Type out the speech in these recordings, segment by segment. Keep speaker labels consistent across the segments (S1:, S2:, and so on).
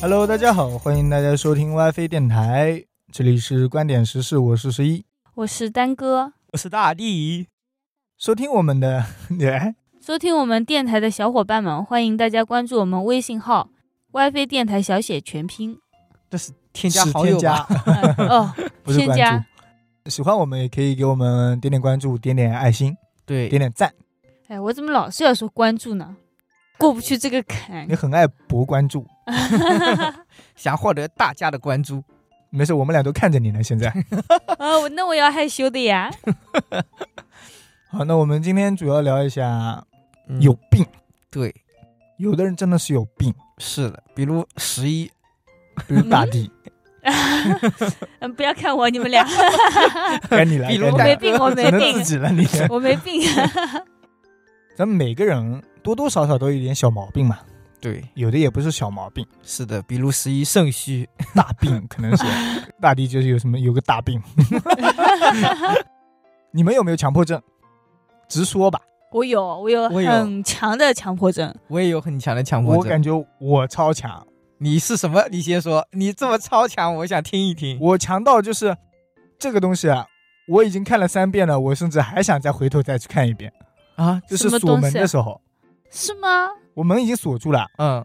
S1: Hello，大家好，欢迎大家收听 WiFi 电台，这里是观点时事，我是十一。
S2: 我是丹哥。
S3: 我是大力，
S1: 收听我们的， 哎，
S2: 收听我们电台的小伙伴们，欢迎大家关注我们微信号 “WiFi 电台小写全拼
S3: 这是添加
S1: 是
S3: 好
S1: 添
S3: 友
S1: 加，
S3: 吧？，
S2: 嗯”哦
S1: 不是
S2: 添
S1: 关
S2: 加
S1: 注。喜欢我们也可以给我们点点关注，点点爱心，
S3: 对
S1: 点点赞。
S2: 哎，我怎么老是要说关注呢？过不去这个 坎
S1: 你。很爱博关注，
S3: 想获得大家的关注，
S1: 没事，我们俩都看着你呢。现 在，
S2: 啊，我那我要害羞的呀。
S1: 好，那我们今天主要聊一下
S3: 嗯
S1: 有病，
S3: 对
S1: 有的人真的是有病，
S3: 是的，比如十一，
S1: 比如大地，
S2: 嗯，不要看我，你 们俩，
S1: 该你了，
S3: 比如
S1: 该你
S2: 我
S1: 了
S2: 没
S1: 只能
S2: 病，我没
S1: 自
S2: 病，
S1: 己了你。
S2: 我没病。
S1: 咱们每个人多多少少都有一点小毛病嘛，
S3: 对
S1: 有的也不是小毛病，
S3: 是的，比如十一肾虚，
S1: 大 病可能是。大地就是有什么有个大病，你们有没有强迫症？直说吧，
S2: 我有，我有
S3: 我有
S2: 很强的强迫症。
S3: 我也有很强的强迫
S1: 我
S3: 症。
S1: 感觉我超强，
S3: 你是什么？你先说，你这么超强，我想听一听。
S1: 我强到就是这个东西啊，我已经看了三遍了，我甚至还想再回头再去看一遍。
S3: 啊，
S1: 就是
S2: 什么
S1: 锁
S2: 东
S1: 门
S2: 西
S1: 的时候，
S2: 是吗？
S1: 我门已经锁住了，
S3: 嗯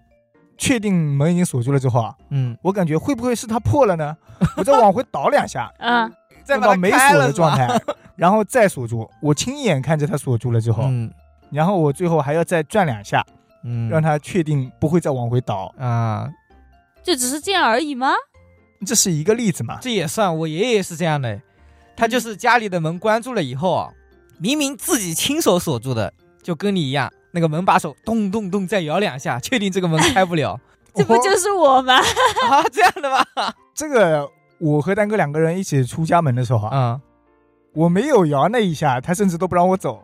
S1: 确定门已经锁住了之后啊，
S3: 嗯，
S1: 我感觉会不会是它破了呢？我再往回倒两下，
S2: 啊，
S3: 再
S1: 再
S3: 把
S1: 到
S3: 它
S1: 没
S3: 开
S1: 锁
S3: 了
S1: 的
S3: 是
S1: 状
S3: 吧。
S1: 态，然后再锁住。我亲眼看着它锁住了之后，
S3: 嗯
S1: 然后我最后还要再转两下，
S3: 嗯，
S1: 哦让它确定不会再往回倒。
S3: 啊，
S2: 就只是这样而已吗？
S1: 这是一个例子嘛？
S3: 这也算。我爷爷也是这样的，
S1: 嗯
S3: 他就是家里的门关住了以后啊，明明自己亲手锁住的，就跟你一样，那个门把手咚咚咚再摇两下，确定这个门开不了
S2: 这
S1: 哦
S2: 不就是我吗？
S3: 啊，这样的吗？
S1: 这个？我和丹哥两个人一起出家门的时候啊，
S3: 嗯，
S1: 我没有摇那一下，他甚至都不让我走。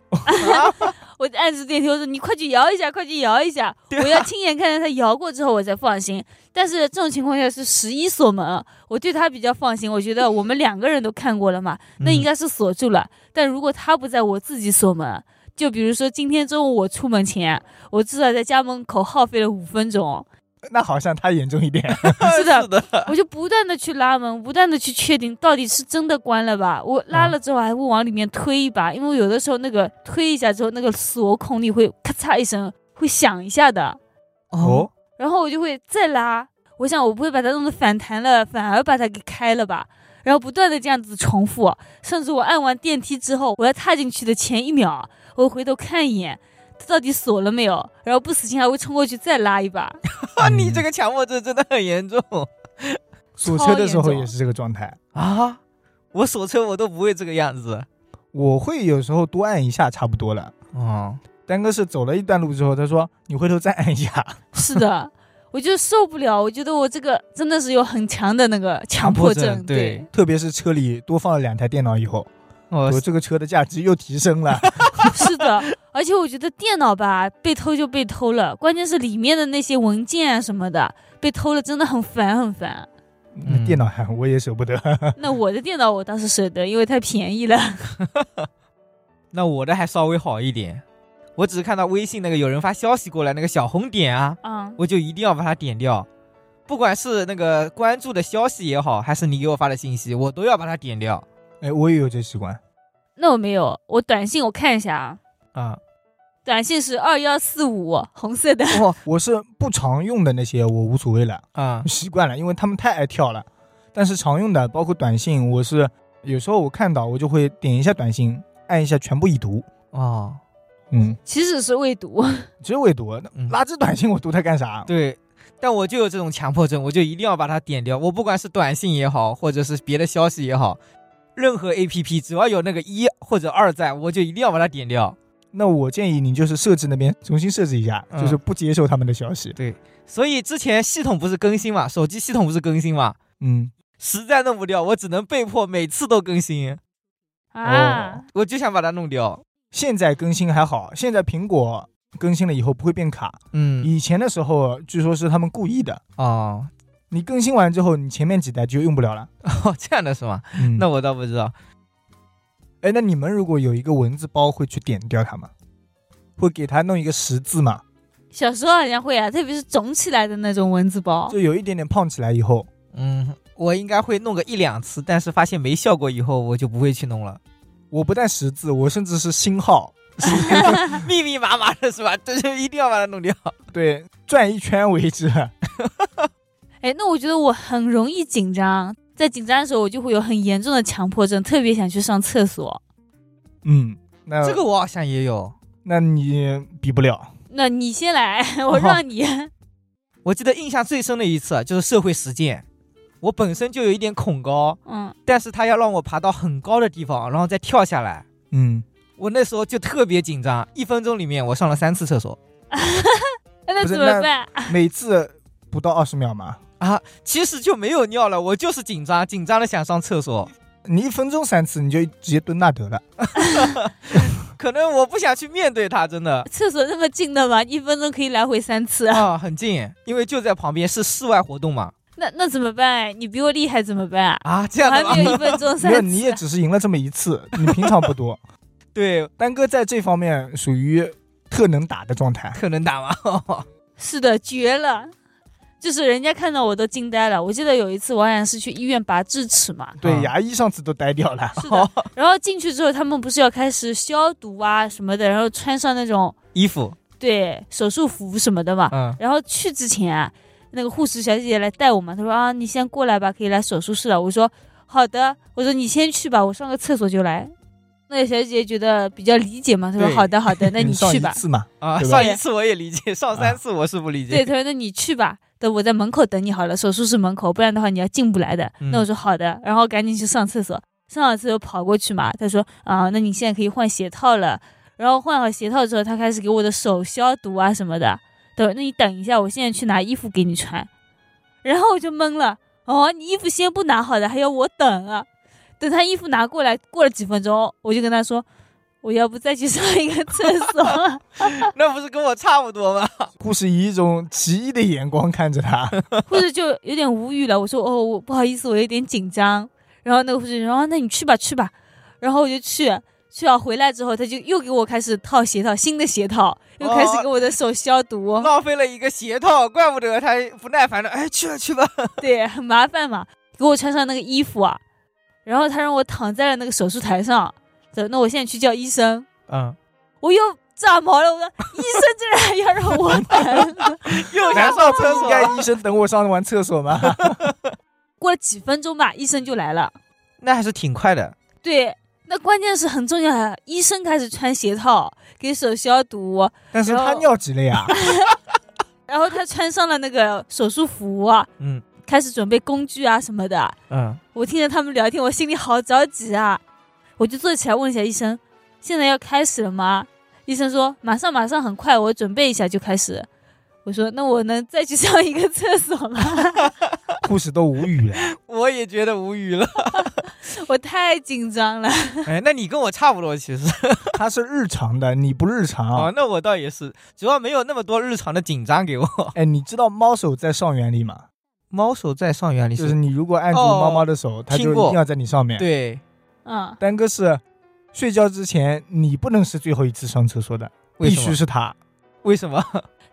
S2: 我按住电梯，我说你快去摇一下，快去摇一下，我要亲眼看见他摇过之后我才放心。但是这种情况下是十一锁门，啊我对他比较放心。我觉得我们两个人都看过了嘛，那
S3: 嗯
S2: 应该是锁住了。但如果他不在，我自己锁门。就比如说今天中午我出门前，我至少在家门口耗费了五分钟，
S1: 那好像他严重一点。
S2: 是的
S3: 嗯 的，是的，
S2: 我就不断的去拉门，不断的去确定到底是真的关了吧。我
S1: 啊
S2: 拉了之后还会往里面推一把，因为有的时候那个推一下之后，那个锁孔里会咔嚓一声，会响一下的。
S1: 哦，
S2: 然后我就会再拉。我想我不会把它弄得反弹了，反而把它给开了吧。然后不断的这样子重复，甚至我按完电梯之后，我要踏进去的前一秒，我会回头看一眼，它到底锁了没有。然后不死心还会冲过去再拉一把。
S3: 啊，你这个强迫症真的很严重
S1: 锁车的时
S2: 超
S1: 候
S2: 严重
S1: 也是这个状态。
S3: 啊！我锁车我都不会这个样子。
S1: 我会有时候多按一下差不多了。
S3: 哦，
S1: 丹哥是走了一段路之后，他说：“你回头再按一下。
S2: 是的，我就受不了，我觉得我这个真的是有很强的那个强迫
S3: 强迫症
S2: 对
S3: 对，”
S1: 特别是车里多放了两台电脑以后，
S3: 我
S1: 我这个车的价值又提升了。
S2: 是的。而且我觉得电脑吧，被偷就被偷了，关键是里面的那些文件啊什么的被偷了，真的很烦很 烦。
S3: 嗯
S1: 那 电脑还我也舍不得。
S2: 那我的电脑我倒是舍得，因为它便宜了。
S3: 那我的还稍微好一点，我只是看到微信那个有人发消息过来那个小红点啊，
S2: 嗯，
S3: 我就一定要把它点掉，不管是那个关注的消息也好，还是你给我发的信息，我都要把它点掉
S1: 哎，我也有这习惯。
S2: 那我没有，我短信我看一下啊，
S3: 啊。
S2: 短信是二幺四五红色的。
S1: 哇，我是不常用的那些我无所谓了，
S3: 啊、
S1: 习惯了，因为他们太爱跳了。但是常用的包括短信，我是有时候我看到我就会点一下短信，按一下全部已读。
S3: 哦，
S1: 嗯，
S2: 其实是未读， 啊
S1: 只有未读，那
S3: 嗯
S1: 垃圾短信我读它干啥？
S3: 对，但我就有这种强迫症，我就一定要把它点掉。我不管是短信也好，或者是别的消息也好，任何 A P P 只要有那个一或者二在，我就一定要把它点掉。
S1: 那我建议你就是设置那边重新设置一下，
S3: 嗯
S1: 就是不接受他们的消息。
S3: 所以之前系统不是更新嘛，手机系统不是更新嘛，
S1: 嗯，
S3: 实在弄不掉，我只能被迫每次都更新，
S2: 啊，
S3: 我就想把它弄掉。
S1: 现在更新还好，现在苹果更新了以后不会变卡。
S3: 嗯，
S1: 以前的时候据说是他们故意的，
S3: 哦，
S1: 你更新完之后，你前面几代就用不了了。
S3: 哦，这样的是吗？
S1: 嗯
S3: 那我倒不知道。
S1: 哎，那你们如果有一个文字包，会去点掉它吗？会给它弄一个十字吗？
S2: 小时候好像会啊，特别是肿起来的那种蚊子包。
S1: 就有一点点胖起来以后，
S3: 嗯，我应该会弄个一两次，但是发现没效果以后，我就不会去弄了。
S1: 我不但识字，我甚至是星号，
S3: 密密麻麻的是吧？这就一定要把它弄掉。
S1: 对，转一圈为止。
S2: 哎，那我觉得我很容易紧张，在紧张的时候我就会有很严重的强迫症，特别想去上厕所。
S1: 嗯，那
S3: 这个我好像也有，
S1: 那你比不了。
S2: 那你先来， 我
S1: 哦
S2: 让你。
S3: 我记得印象最深的一次啊就是社会实践，我本身就有一点恐高，
S2: 嗯，
S3: 但是他要让我爬到很高的地方，然后再跳下来，
S1: 嗯，
S3: 我那时候就特别紧张，一分钟里面我上了三次厕所。
S2: 哎那
S1: 不是
S2: 怎么
S1: 那
S2: 办？啊
S1: 每次不到二十秒嘛，
S3: 其实就没有尿了，我就是紧张，紧张的想上厕所。
S1: 你一分钟三次，你就直接蹲那得了。
S3: 可能我不想去面对它，真 的
S2: 厕所那么近的嘛，一分钟可以来回三次，
S3: 啊，很近，因为就在旁边，是室外活动嘛。
S2: 那那怎么办？你比我厉害怎么办？
S3: 啊，这
S2: 我
S3: 样
S2: 还
S3: 的吗
S2: 没？有一分钟
S1: 没有，
S2: 三
S1: 你也
S2: 次。
S1: 只是赢了这么一次，你平常不 多。
S3: 对，
S1: 丹哥在这方面属于特能打的状态。
S3: 特能打 吗？
S2: 是的，绝了。就是人家看到我都惊呆了。我记得有一次，我好像是去医院拔智齿嘛，
S1: 对，
S3: 啊
S1: 牙医上次都呆掉了。
S2: 是的。然后进去之后，他们不是要开始消毒啊什么的，然后穿上那种
S3: 衣服，
S2: 对手术服什么的嘛。
S3: 嗯，
S2: 然后去之前啊，那个护士小姐姐来带我嘛，她说啊，你先过来吧，可以来手术室了。我说好的，我说你先去吧，我上个厕所就来。那个小姐姐觉得比较理解嘛，她说
S3: 对
S2: 好的好的，那你
S1: 上
S2: 去
S1: 一
S2: 吧。
S1: 次嘛，
S3: 啊，
S1: 对吧
S3: 上一次我也理解，上三次我是不理
S2: 对，
S3: 解。
S2: 她说那你去吧，等我在门口等你好了，手术室门口，不然的话你要进不来的。
S3: 嗯
S2: 那我说好的，然后赶紧去上厕所，上好厕所跑过去嘛，她说啊，那你现在可以换鞋套了。然后换好鞋套之后，她开始给我的手消毒啊什么的。等，那你等一下，我现在去拿衣服给你穿。然后我就懵了，哦，你衣服先不拿好的，还要我等啊？等他衣服拿过来，过了几分钟，我就跟他说，我要不再去上一个厕所。
S3: 那不是跟我差不多吗？
S1: 护士以一种奇异的眼光看着 他。
S2: 护士就有点无语了。我说哦，我不好意思，我有点紧张。然后那个护士就说、啊，那你去吧，去吧。然后我就去，去了回来之后，他就又给我开始套鞋套，新的鞋套，又开始给我的手消毒，
S3: 浪费了一个鞋套，怪不得他不耐烦了。哎，去吧去吧。
S2: 对，很麻烦嘛。给我穿上那个衣服啊，然后他让我躺在了那个手术台上。走，那我现在去叫医生。
S3: 嗯，
S2: 我又炸毛了，我说医生竟然还要让我 等。
S3: 又
S1: 难
S3: 想
S1: 道
S3: 上
S1: 不
S3: 厕所
S1: 应。该医生等我上完厕所吗？
S2: 过了几分钟吧，医生就来了。
S3: 那还是挺快的。
S2: 对，那关键是很重要的，医生开始穿鞋套给手消毒，
S1: 但是他尿急了 呀。
S2: 然后他穿上了那个手术服啊，
S3: 嗯
S2: 开始准备工具啊什么的。
S3: 嗯，
S2: 我听着他们聊天，我心里好着急啊，我就坐起来问一下医生，现在要开始了吗？医生说马上马上，很快，我准备一下就开始。我说那我能再去上一个厕所吗？
S1: 护士都无语了。
S3: 我也觉得无语了。
S2: 我太紧张了。
S3: 哎，那你跟我差不多，其实。
S1: 他是日常的，你不日
S3: 哦
S1: 常。，啊
S3: 那我倒也是，主要没有那么多日常的紧张给我。
S1: 哎，你知道猫手在上原理吗？
S3: 猫手在上原理啊
S1: 就是哦你如果按住猫猫的手，它就
S3: 听
S1: 一
S3: 过
S1: 定要在你上面。
S3: 对，
S2: 嗯，
S1: 丹哥是睡觉之前，你不能是最后一次上厕所的，
S3: 为
S1: 必
S3: 什
S1: 须
S3: 么？
S1: 是他。
S3: 为什么？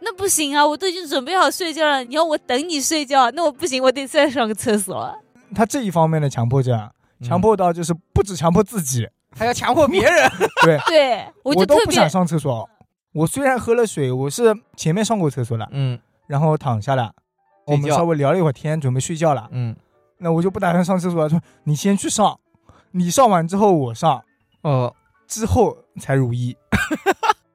S2: 那不行啊，我都已经准备好睡觉了，你要我等你睡觉，那我不行，我得再上个厕所。
S1: 他这一方面的强迫症，啊
S3: 嗯
S1: 强迫到就是不止强迫自己，啊
S3: 还要强迫别人？
S2: 对，我就
S1: 我都
S2: 特
S1: 不
S2: 别
S1: 想上厕所。我虽然喝了水，我是前面上过厕所了，
S3: 嗯
S1: 然后躺下了，
S3: 睡觉
S1: 我们稍微聊了一会儿天，准备睡觉了。
S3: 嗯。
S1: 那我就不打算上厕所了，说你先去上，你上完之后我上，
S3: 哦，
S1: 之后才如意。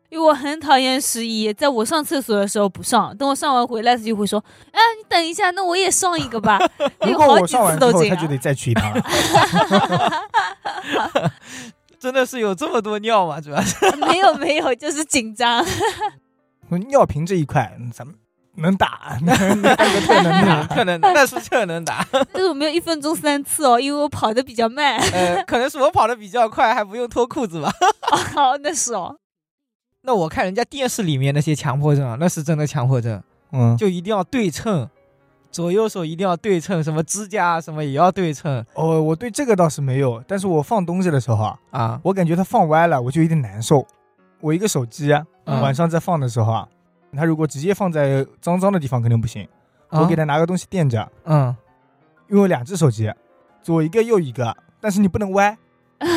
S2: 因为我很讨厌十一，在我上厕所的时候不上，等我上完回来，他就会说：“哎，你等一下，那我也上一 个吧。”
S1: 如
S3: 哎
S2: 有
S1: 果
S2: 好
S1: 我
S2: 几
S1: 上
S2: 次
S1: 完
S2: 都
S1: 之后，
S2: 这
S1: 他就
S2: 样。
S1: 得再去一趟
S3: 啊
S1: 了。
S3: 真的是有这么多尿吗？主要 是
S2: 没有没有，就是紧 张。
S1: 说尿频这一块，咱们能 打，那个特能打。
S3: 特能，那是特能打。
S2: 但是我没有一分钟三次哦，因为我跑得比较慢。
S3: 呃，可能是我跑得比较快，还不用脱裤子吧。
S2: 好，那是哦。
S3: 那我看人家电视里面那些强迫症啊，那是真的强迫症，
S1: 嗯，
S3: 就一定要对称，左右手一定要对称，什么指甲啊什么也要对称
S1: 哦，我对这个倒是没有，但是我放东西的时候啊，
S3: 啊。
S1: 我感觉它放歪了，我就有点难受。我一个手机啊、
S3: 嗯
S1: 晚上在放的时候啊，他如果直接放在脏脏的地方肯定不行，我给
S3: 他，
S1: 他拿个东西垫着，
S3: 啊嗯，
S1: 用两只手机，左一个右一个，但是你不能歪，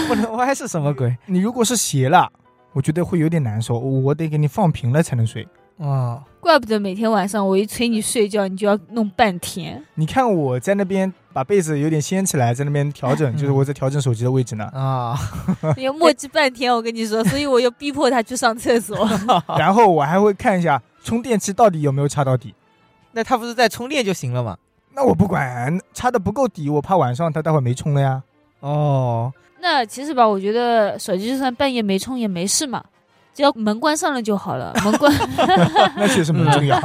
S3: 不能歪是什么鬼？
S1: 你如果是斜了，我觉得会有点难受，我得给你放平了才能睡。
S3: 哦，
S2: 怪不得每天晚上我一催你睡觉，你就要弄半天。
S1: 你看我在那边把被子有点掀起来，在那边调 整，
S3: 嗯
S1: 就是我在调整手机的位置呢。
S3: 啊，
S2: 你要磨叽半天，我跟你说，所以我又逼迫他去上厕所。
S3: 啊
S1: 然后我还会看一下充电器到底有没有插到底。
S3: 那他不是在充电就行了嘛？
S1: 那我不管，插的不够底，我怕晚上它待会儿没充了 呀。
S3: 哦，
S2: 那其实吧，我觉得手机就算半夜没充也没事嘛，只要门关上了就好了。门关，
S1: 那确实蛮重要。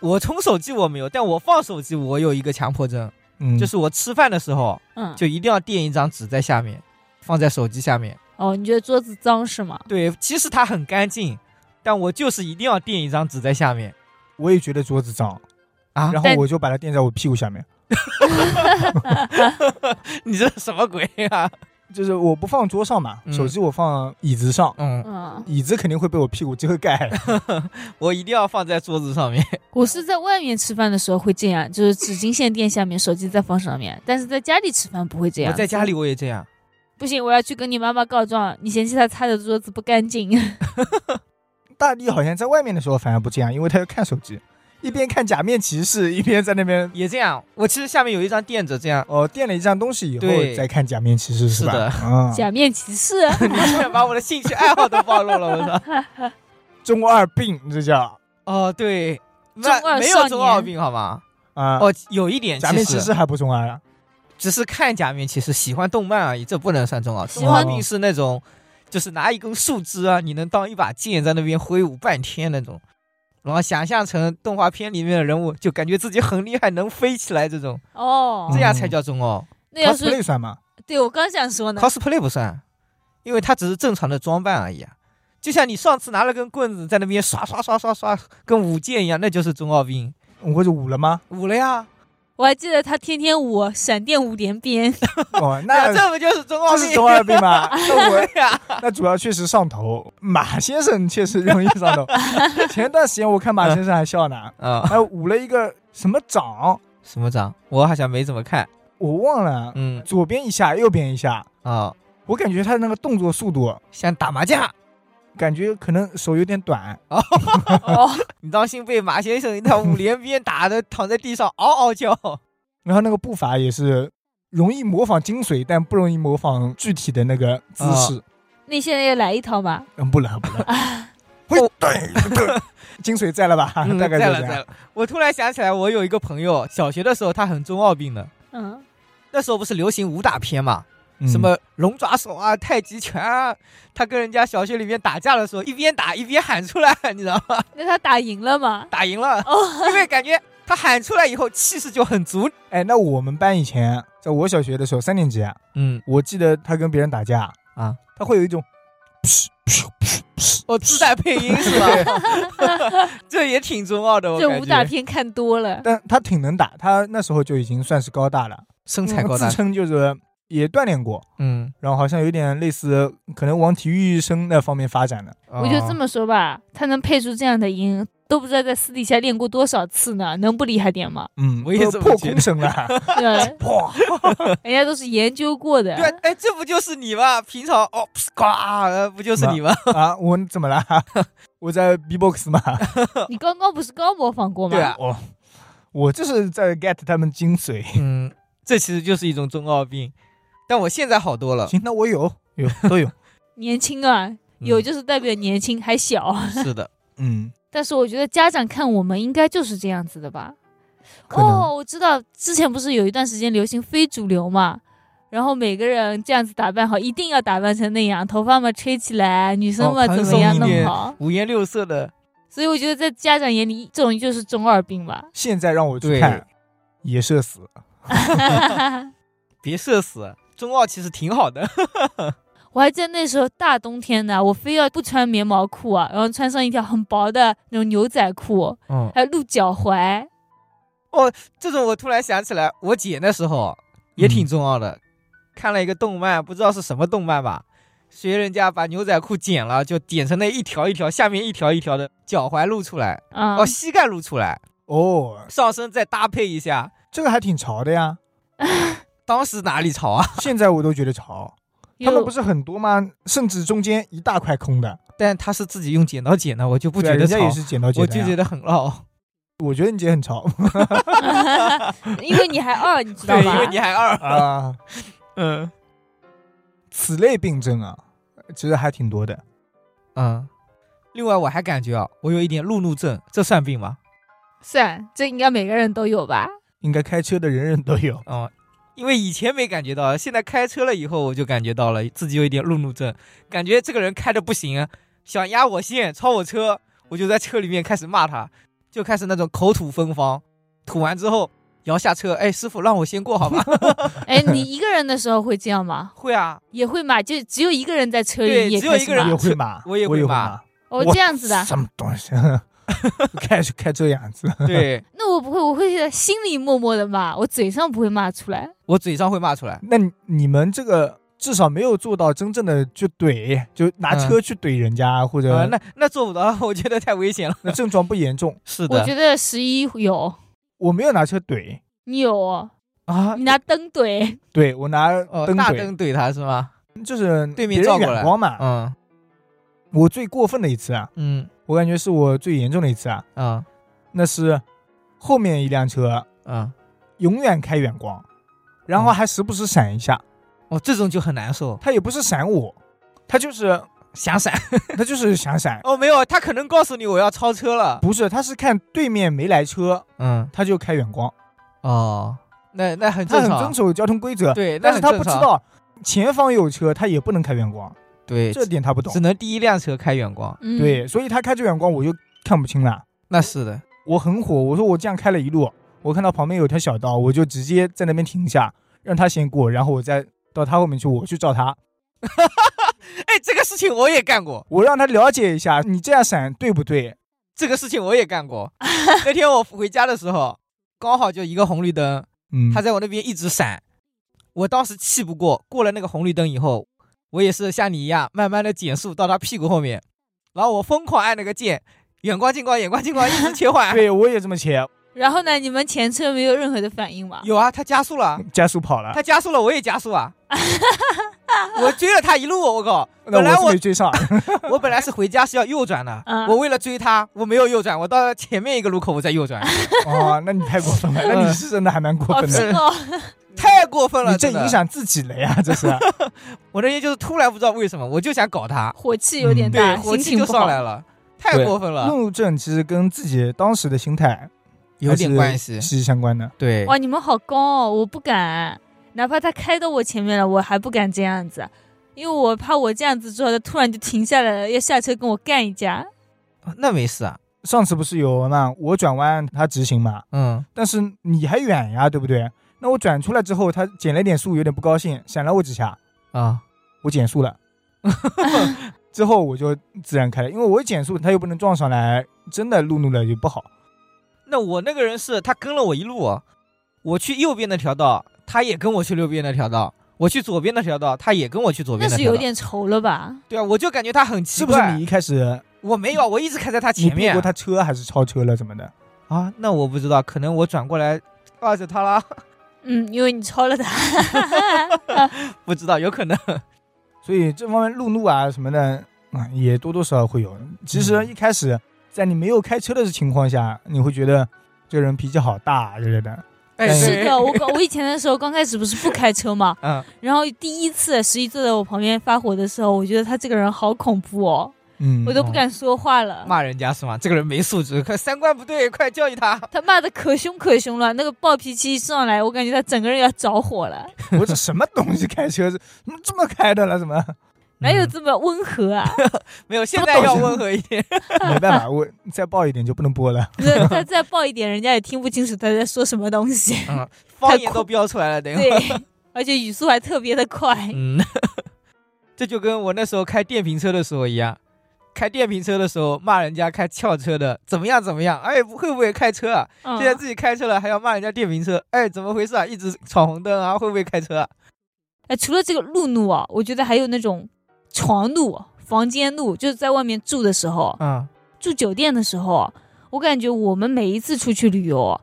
S3: 我充手机我没有，但我放手机我有一个强迫症，
S1: 嗯，
S3: 就是我吃饭的时候
S2: 嗯，
S3: 就一定要垫一张纸在下面，放在手机下面。
S2: 哦，你觉得桌子脏是吗？
S3: 对，其实它很干净，但我就是一定要垫一张纸在下面
S1: 我也觉得桌子脏，
S3: 啊。
S1: 然后
S2: 但
S1: 我就把它垫在我屁股下面，
S3: 你这什么鬼啊？
S1: 就是我不放桌上嘛，
S3: 嗯
S1: 手机我放椅子上，
S3: 嗯，
S2: 嗯，
S1: 椅子肯定会被我屁股遮盖。
S3: 我一定要放在桌子上面。
S2: 我是在外面吃饭的时候会这样，就是纸巾先垫下面，手机再放上面。但是在家里吃饭不会这样。
S3: 我在家里我也这样。
S2: 不行，我要去跟你妈妈告状，你嫌弃她擦的桌子不干净。
S3: 啊
S1: 大力好像在外面的时候反而不这样，因为他要看手机，一边看假面骑士， 一边在那边
S3: 也这样。我其实下面有一张垫着，这样
S1: 哦垫了一张东西以后
S3: 对
S1: 再看假面骑士是吧？
S3: 是的
S1: 啊、
S2: 假面骑士，
S3: 你居然把我的兴趣爱好都暴露了，我操！
S1: 中二病这叫
S3: 哦，对，
S2: 中二
S3: 那没
S2: 少
S3: 有
S2: 年
S3: 中二病好吗？
S1: 啊。
S3: 哦，有一点，
S1: 假面
S3: 其
S1: 骑
S3: 实
S1: 士还不中二啊？
S3: 只是看假面骑士，喜欢动漫而已，这不能算中二。
S2: 喜
S3: 中二
S1: 欢
S3: 病是那种，就是拿一根树枝啊，你能当一把剑在那边挥舞半天那种。然后想象成动画片里面的人物，就感觉自己很厉害，能飞起来这种，
S2: 哦
S3: 这，样才叫中二。
S2: 那要说
S1: cosplay 算吗？
S2: 对我刚想说呢，
S3: cosplay 不算，因为它只是正常的装扮而已啊。就像你上次拿了根棍子在那边刷刷刷刷刷，跟舞剑一样，那就是中二病，
S1: 我就舞了 吗？
S3: 舞了呀，
S2: 我还记得他天天舞闪电五连 鞭，
S1: 哦，
S3: 那
S1: 那
S3: 这不就是中二
S1: 这
S3: 病？
S1: 是中二病吗？ 那我
S3: 对呀，
S1: 那主要确实上头，马先生确实容易上 头。前段时间我看马先生还笑呢，
S3: 啊，
S1: 还舞了一个什么掌，
S3: 什么章？我好像没怎么看。
S1: 我忘了，
S3: 嗯
S1: 左边一下，右边一下，
S3: 啊，
S1: 我感觉他那个动作速度，
S3: 像打麻将，
S1: 感觉可能手有点短。
S2: 哦，
S3: 你当心被马先生一套五连鞭打的躺在地上嗷嗷叫。
S1: 然后那个步伐也是容易模仿精髓，但不容易模仿具体的那个姿
S3: 啊
S1: 势。
S2: 那现在也来一套吧。
S1: 嗯，不能不 能。会对对， 精髓在了吧？
S3: 哦 嗯
S1: 大概
S3: 在
S1: 就
S3: 了
S1: 这
S3: 在
S1: 样。
S3: 了。我突然想起来，我有一个朋友，小学的时候他很中二病的。
S2: 嗯，
S3: 那时候不是流行武打片嘛，
S1: 嗯
S3: 什么龙爪手啊、太极拳啊，他跟人家小学里面打架的时候，一边打一边喊出来， 你知道吗？
S2: 那他打赢了吗？
S3: 打赢了，
S2: 哦，
S3: 因为感觉他喊出来以后气势就很足。
S1: 哎，那我们班以前，在我小学的时候，三年级啊，
S3: 嗯，
S1: 我记得他跟别人打架
S3: 啊，
S1: 他会有一种
S3: 哦，自带配音是 吧？这也挺中二的，我
S2: 这
S3: 感
S2: 武打
S3: 觉
S2: 片看多了，
S1: 但他挺能打，他那时候就已经算是高大了，嗯
S3: 身材高大
S1: 自。称就是也锻炼过，
S3: 嗯，
S1: 然后好像有点类似，可能往体育生那方面发展的。？
S2: 我就这
S3: 么
S2: 么说吧，他能配出这样的音，都不知道在私底下练过多少次呢，能不厉害点吗
S1: 嗯，
S3: 我也
S1: 都
S3: 这么
S1: 破
S3: 觉
S1: 空
S3: 得
S1: 手了，
S2: 对，
S1: 哇，
S2: 人家都是研究过的
S3: 对。啊，哎，这不就是你吗？平常哦，呱，呃不就是你吗？
S1: 啊，我怎么了？ 我在 B-box 嘛，
S2: 你刚刚不是刚模仿过吗？
S3: 对 啊
S1: 我我就是在 get 他们精髓。
S3: 嗯， 这其实就是一种中二病，但我现在好多了。
S1: 行，那我有 有都有，
S2: 年轻啊，有
S3: 嗯
S2: 就是代表年轻，还小。
S3: 是的，
S1: 嗯，
S2: 但是我觉得家长看我们应该就是这样子的吧。
S1: 可能。
S2: 哦，我知道之前不是有一段时间流行非主流嘛，然后每个人这样子打扮好，一定要打扮成那样，头发嘛吹起来，女生
S3: 哦
S2: 嘛、
S3: 宽
S2: 怎么
S3: 松
S2: 样
S3: 一
S2: 弄
S3: 点
S2: 好。
S3: 五颜六色的，
S2: 所以我觉得在家长眼里，这种就是中二病吧
S1: 现在让我去
S3: 对
S1: 看，也社死。
S3: 别社死。中二其实挺好的，
S2: 我还记得那时候大冬天的，我非要不穿棉毛裤啊，然后穿上一条很薄的那种牛仔裤，
S3: 嗯，
S2: 还有露脚踝。
S3: 这种我突然想起来，我
S1: 嗯
S3: 姐那时候也挺中二的，看了一个动漫，不知道是什么动漫吧，学人家把牛仔裤剪了，就剪成那一条一条，下面一条一条的，脚踝露出来，
S2: 啊、
S3: 哦，膝盖露出来，
S1: 哦，
S3: 上身再搭配一下。
S1: 这个还挺潮的 呀，
S3: 当时哪里潮啊？
S1: 现在我都觉得潮。他们不
S2: 是
S1: 是很多吗？甚至中间一大块空的，
S3: 但他是自己用剪刀剪的，我就不
S1: 对啊
S3: 觉得
S1: 人家
S3: 潮
S1: 也，是剪刀剪
S3: 我
S1: 的呀。
S3: 就觉得很傲。
S1: 我觉得你姐很潮
S2: 因为你还二，你知道
S3: 对，
S2: 吧
S3: 因为？你还二，
S1: 啊。
S3: 嗯
S1: 此类病症啊，其实还挺多的。
S3: 嗯。另外，我还感觉啊，我有一点路怒症，这算病吗？
S2: 算，这应该每个人都有吧？
S1: 应该开车的人人都有。
S3: 哦，因为以前没感觉到，现在开车了以后我就感觉到了，自己有一点路怒症，感觉这个人开的不行，啊想压我线、超我车，我就在车里面开始骂他，就开始那种口吐芬芳，吐完之后摇下车，哎，师傅让我先过好 吗？？
S2: 哎，你一个人的时候会这样吗
S3: 会啊，
S2: 也会骂，就只有一个人在车
S3: 对
S2: 里也
S3: 只有
S2: 开
S3: 一
S2: 始
S3: 个人
S2: 骂
S1: 也会骂，
S3: 我也
S1: 会
S3: 会骂
S1: 骂。
S2: 哦，
S1: 我
S2: 这样子的。
S1: 什么东西？开开这样子，
S3: 对
S2: 那我不会，我会在心里默默的骂，我嘴上不会骂出来。
S3: 我嘴上会骂出来，
S1: 那你你们这个至少没有做到真正的去怼，就拿车去怼人家，或者、
S3: 嗯啊、那那做不到， 我觉得太危险了。
S1: 那症状不严重。
S3: 是
S2: 我觉得十一有，
S1: 我没有拿车怼，
S2: 你有哦，
S3: 啊
S2: 你，拿灯怼，
S1: 对我拿
S3: 哦，
S1: 灯
S3: 大
S1: 怼，
S3: 灯怼他是吗？
S1: 就是
S3: 对
S1: 别
S3: 面
S1: 人
S3: 照过
S1: 远
S3: 来
S1: 光嘛。
S3: 嗯
S1: 我最过分的一次啊，
S3: 嗯
S1: 我感觉是我最严重的一次啊，
S3: 嗯
S1: 那是后面一辆车
S3: 嗯，
S1: 永远开远光，然后还时不时闪一下，
S3: 哦，这种就很难受，
S1: 他也不是闪我，他就是
S3: 想 闪。，
S1: 他就是想闪
S3: 哦，没有，他可能告诉你我要超车了。
S1: 不是，他是看对面没来车，
S3: 嗯，
S1: 他就开远光，
S3: 哦，那那很
S1: 他
S3: 正
S1: 很
S3: 常。啊
S1: 遵守交通规则，
S3: 对，
S1: 但
S3: 那
S1: 是
S3: 很
S1: 他
S3: 正
S1: 不知
S3: 常，啊
S1: 道前方有车，他也不能开远光，
S3: 对，
S1: 这点他不懂
S3: 只。能第一辆车开远光。
S2: 嗯，
S1: 对，所以他开着远光我就看不清了，
S3: 那是的，
S1: 我很火，我说我这样开了一路，我看到旁边有条小道，我就直接在那边停下，让他先过，然后我再到他后面去，我去照他，
S3: 哎，这个事情我也干过，
S1: 我让他了解一下你这样闪对不对，
S3: 这个事情我也干 过。那天我回家的时候，刚好就一个红绿灯，
S1: 嗯，
S3: 他在我那边一直闪，我当时气不过，过了那个红绿灯以后，我也是像你一样慢慢的减速到他屁股后面，然后我疯狂按那个键，远光近光，远光近光，一直切 换。
S1: 对我也这么切，
S2: 然后呢，你们前车没有任何的反应吗？
S3: 有啊，他加速 了。
S1: 加速跑了，
S3: 他加速了，我也加 速啊！我追了他一路，我靠！
S1: 那
S3: 本来
S1: 我是
S3: 我
S1: 没追上，
S3: 我本来是回家是要右转的，
S2: 嗯
S3: 我为了追他，我没有右转，我到了前面一个路口我再 右转，
S1: 哦，那你太过 分了，
S3: 嗯
S1: 那你是真的还蛮过
S2: 好
S1: 分
S2: 拼
S1: 的，
S2: 哦，
S3: 太过分了！
S1: 你这
S3: 真的
S1: 影响自己了呀， 这是。啊
S3: 我那天就是突然不知道为什么，我就想搞他，
S2: 火气有点
S1: 嗯
S2: 大，
S3: 对，
S2: 心
S3: 火气
S2: 情
S3: 就
S2: 不好
S3: 上。来了，太
S1: 对
S3: 过分了，
S1: 路怒症其实跟自己当时的心态
S3: 有
S1: 还是
S3: 点关系。
S1: 息息相关的。
S3: 对，
S2: 哇，你们好高哦，我不敢，哪怕他开到我前面了，我还不敢这样子，因为我怕我这样子之后，他突然就停下来了，要下车跟我干一 架。
S3: 那没事啊，
S1: 上次不是有那我转弯他直行嘛，
S3: 嗯，
S1: 但是你还远呀，对不对？那我转出来之后，他减了一点速，有点不高兴，闪了我几下，
S3: 啊，
S1: 我减速了，之后我就自然开了，因为我减速，他又不能撞上来，真的路怒了也不好。
S3: 那我那个人是他跟了我一路啊，我去右边那条道，他也跟我去右边那条道。我去左边那条道，他也跟我去左
S2: 那
S3: 边
S2: 是
S3: 条
S2: 有
S3: 道。
S2: 点愁了吧？
S3: 对啊，我就感觉他很奇
S1: 是不是
S3: 怪。
S1: 你一开始
S3: 我没有，我一直开在他
S1: 你
S3: 前
S1: 避
S3: 面
S1: 过他车还是超车了什么的？
S3: 啊。那我不知道，可能我转过来抱着他啦，
S2: 嗯，因为你超了他。
S3: 不知道，有可能。
S1: 所以这方面路怒啊什么的，啊也多多少少会有。其实一开始在你没有开车的情况下，你会觉得这个人脾气好大啊之类的。
S3: 哎，
S1: 对
S2: 是的，我刚我以前的时候刚开始不是不开车嘛，
S3: 嗯，
S2: 然后第一次十一坐在我旁边发火的时候，我觉得他这个人好恐怖哦，
S1: 嗯，
S2: 我都不敢说话了。
S3: 骂人家是吗？这个人没素质，快三观不对，快教育他。
S2: 他骂的可凶可凶了，那个暴脾气一上来，我感觉他整个人要着火了，
S1: 哦我这什么东西开车是怎么这么开的了？怎 么？
S2: 哪有
S1: 嗯
S2: 这么温和啊？
S3: 没有，现在要温和一点。
S1: 没办法，我再爆一点就不能播了。
S2: 那他再暴一点，人家也听不清楚他在说什么东西。
S3: 嗯，方言都飙出来了，等一会
S2: 对
S3: 儿。，
S2: 而且语速还特别的快。
S3: 嗯， 这就跟我那时候开电瓶车的时候一样，开电瓶车的时候骂人家开轿车的怎么样怎么样，哎，不会不会开车啊？
S2: 嗯
S3: 现在自己开车了，还要骂人家电瓶车，哎，怎么回事啊？一直闯红灯啊？会不会开车啊？
S2: 哎，除了这个路怒啊，我觉得还有那种床怒、房间怒，就是在外面住的时候，
S3: 啊，
S2: 住酒店的时候，我感觉我们每一次出去旅游，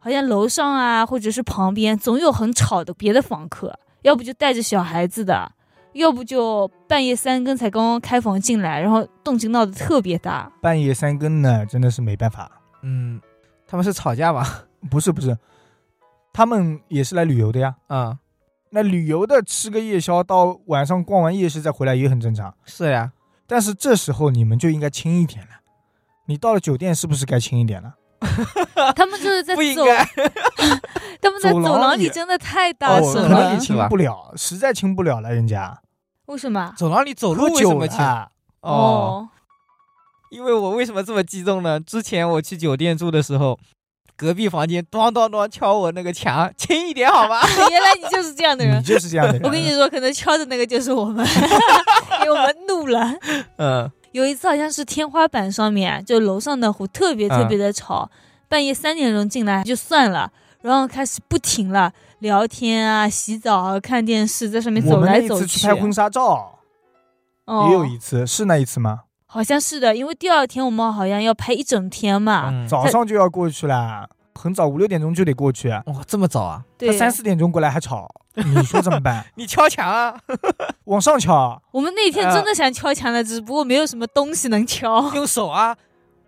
S2: 好像楼上啊，或者是旁边，总有很吵的别的房客，要不就带着小孩子的，要不就半夜三更才刚刚开房进来，然后动静闹得特别 大。
S1: 半夜三更呢，真的是没办法。
S3: 嗯，他们是吵架吧？
S1: 不是不是，他们也是来旅游的呀。
S3: 啊，
S1: 那旅游的吃个夜宵，到晚上逛完夜市再回来也很正常。
S3: 是呀，
S1: 但是这时候你们就应该轻一点了。你到了酒店是不是该轻一点了？
S2: 他们就是在
S3: 不应
S2: 走，
S3: 该。
S2: 他们在
S1: 走
S2: 走
S1: 廊
S2: 廊
S1: 里
S2: 里真的太大
S3: 哦
S1: 我
S2: 声
S1: 可
S3: 走
S1: 能也
S3: 廊
S2: 了
S3: 里，
S1: 轻不了，实在轻不了了。人家
S2: 为什么？
S3: 走廊里走
S1: 喝
S3: 路为什
S1: 酒啊
S3: 么亲？
S1: 了，
S3: 哦，，因为我为什么这么激动呢？之前我去酒店住的时候，隔壁房间咚咚咚敲我那个墙，轻一点好吗？
S2: 哦 原来你就是这样 的
S1: 你
S2: 人。
S1: 就是这样的人。
S2: 我跟你说，可能敲的那个就是我们，给我们怒了。
S3: 嗯
S2: 有一次好像是天花板上面，就楼上那户特别特别
S1: 嗯
S2: 的吵，半夜三点钟进来就算了，然后开始不停了聊天啊、洗澡啊、看电视，在上面
S1: 我
S2: 走
S1: 们那
S2: 来
S1: 一
S2: 走
S1: 次
S2: 去。
S1: 去拍婚纱照，
S2: 哦、
S1: 也有一次是那一次吗？
S2: 好像是的，因为第二天我们好像要拍一整天嘛。
S3: 嗯，
S1: 早上就要过去啦，很早五六点钟就得过去。
S3: 哇，这么早啊？
S1: 他
S2: 对，
S1: 三四点钟过来还吵，你说怎么办？
S3: 你敲墙啊？
S1: 往上敲，
S2: 我们那天真的想敲墙的，只不过没有什么东西能敲。
S3: 用手啊？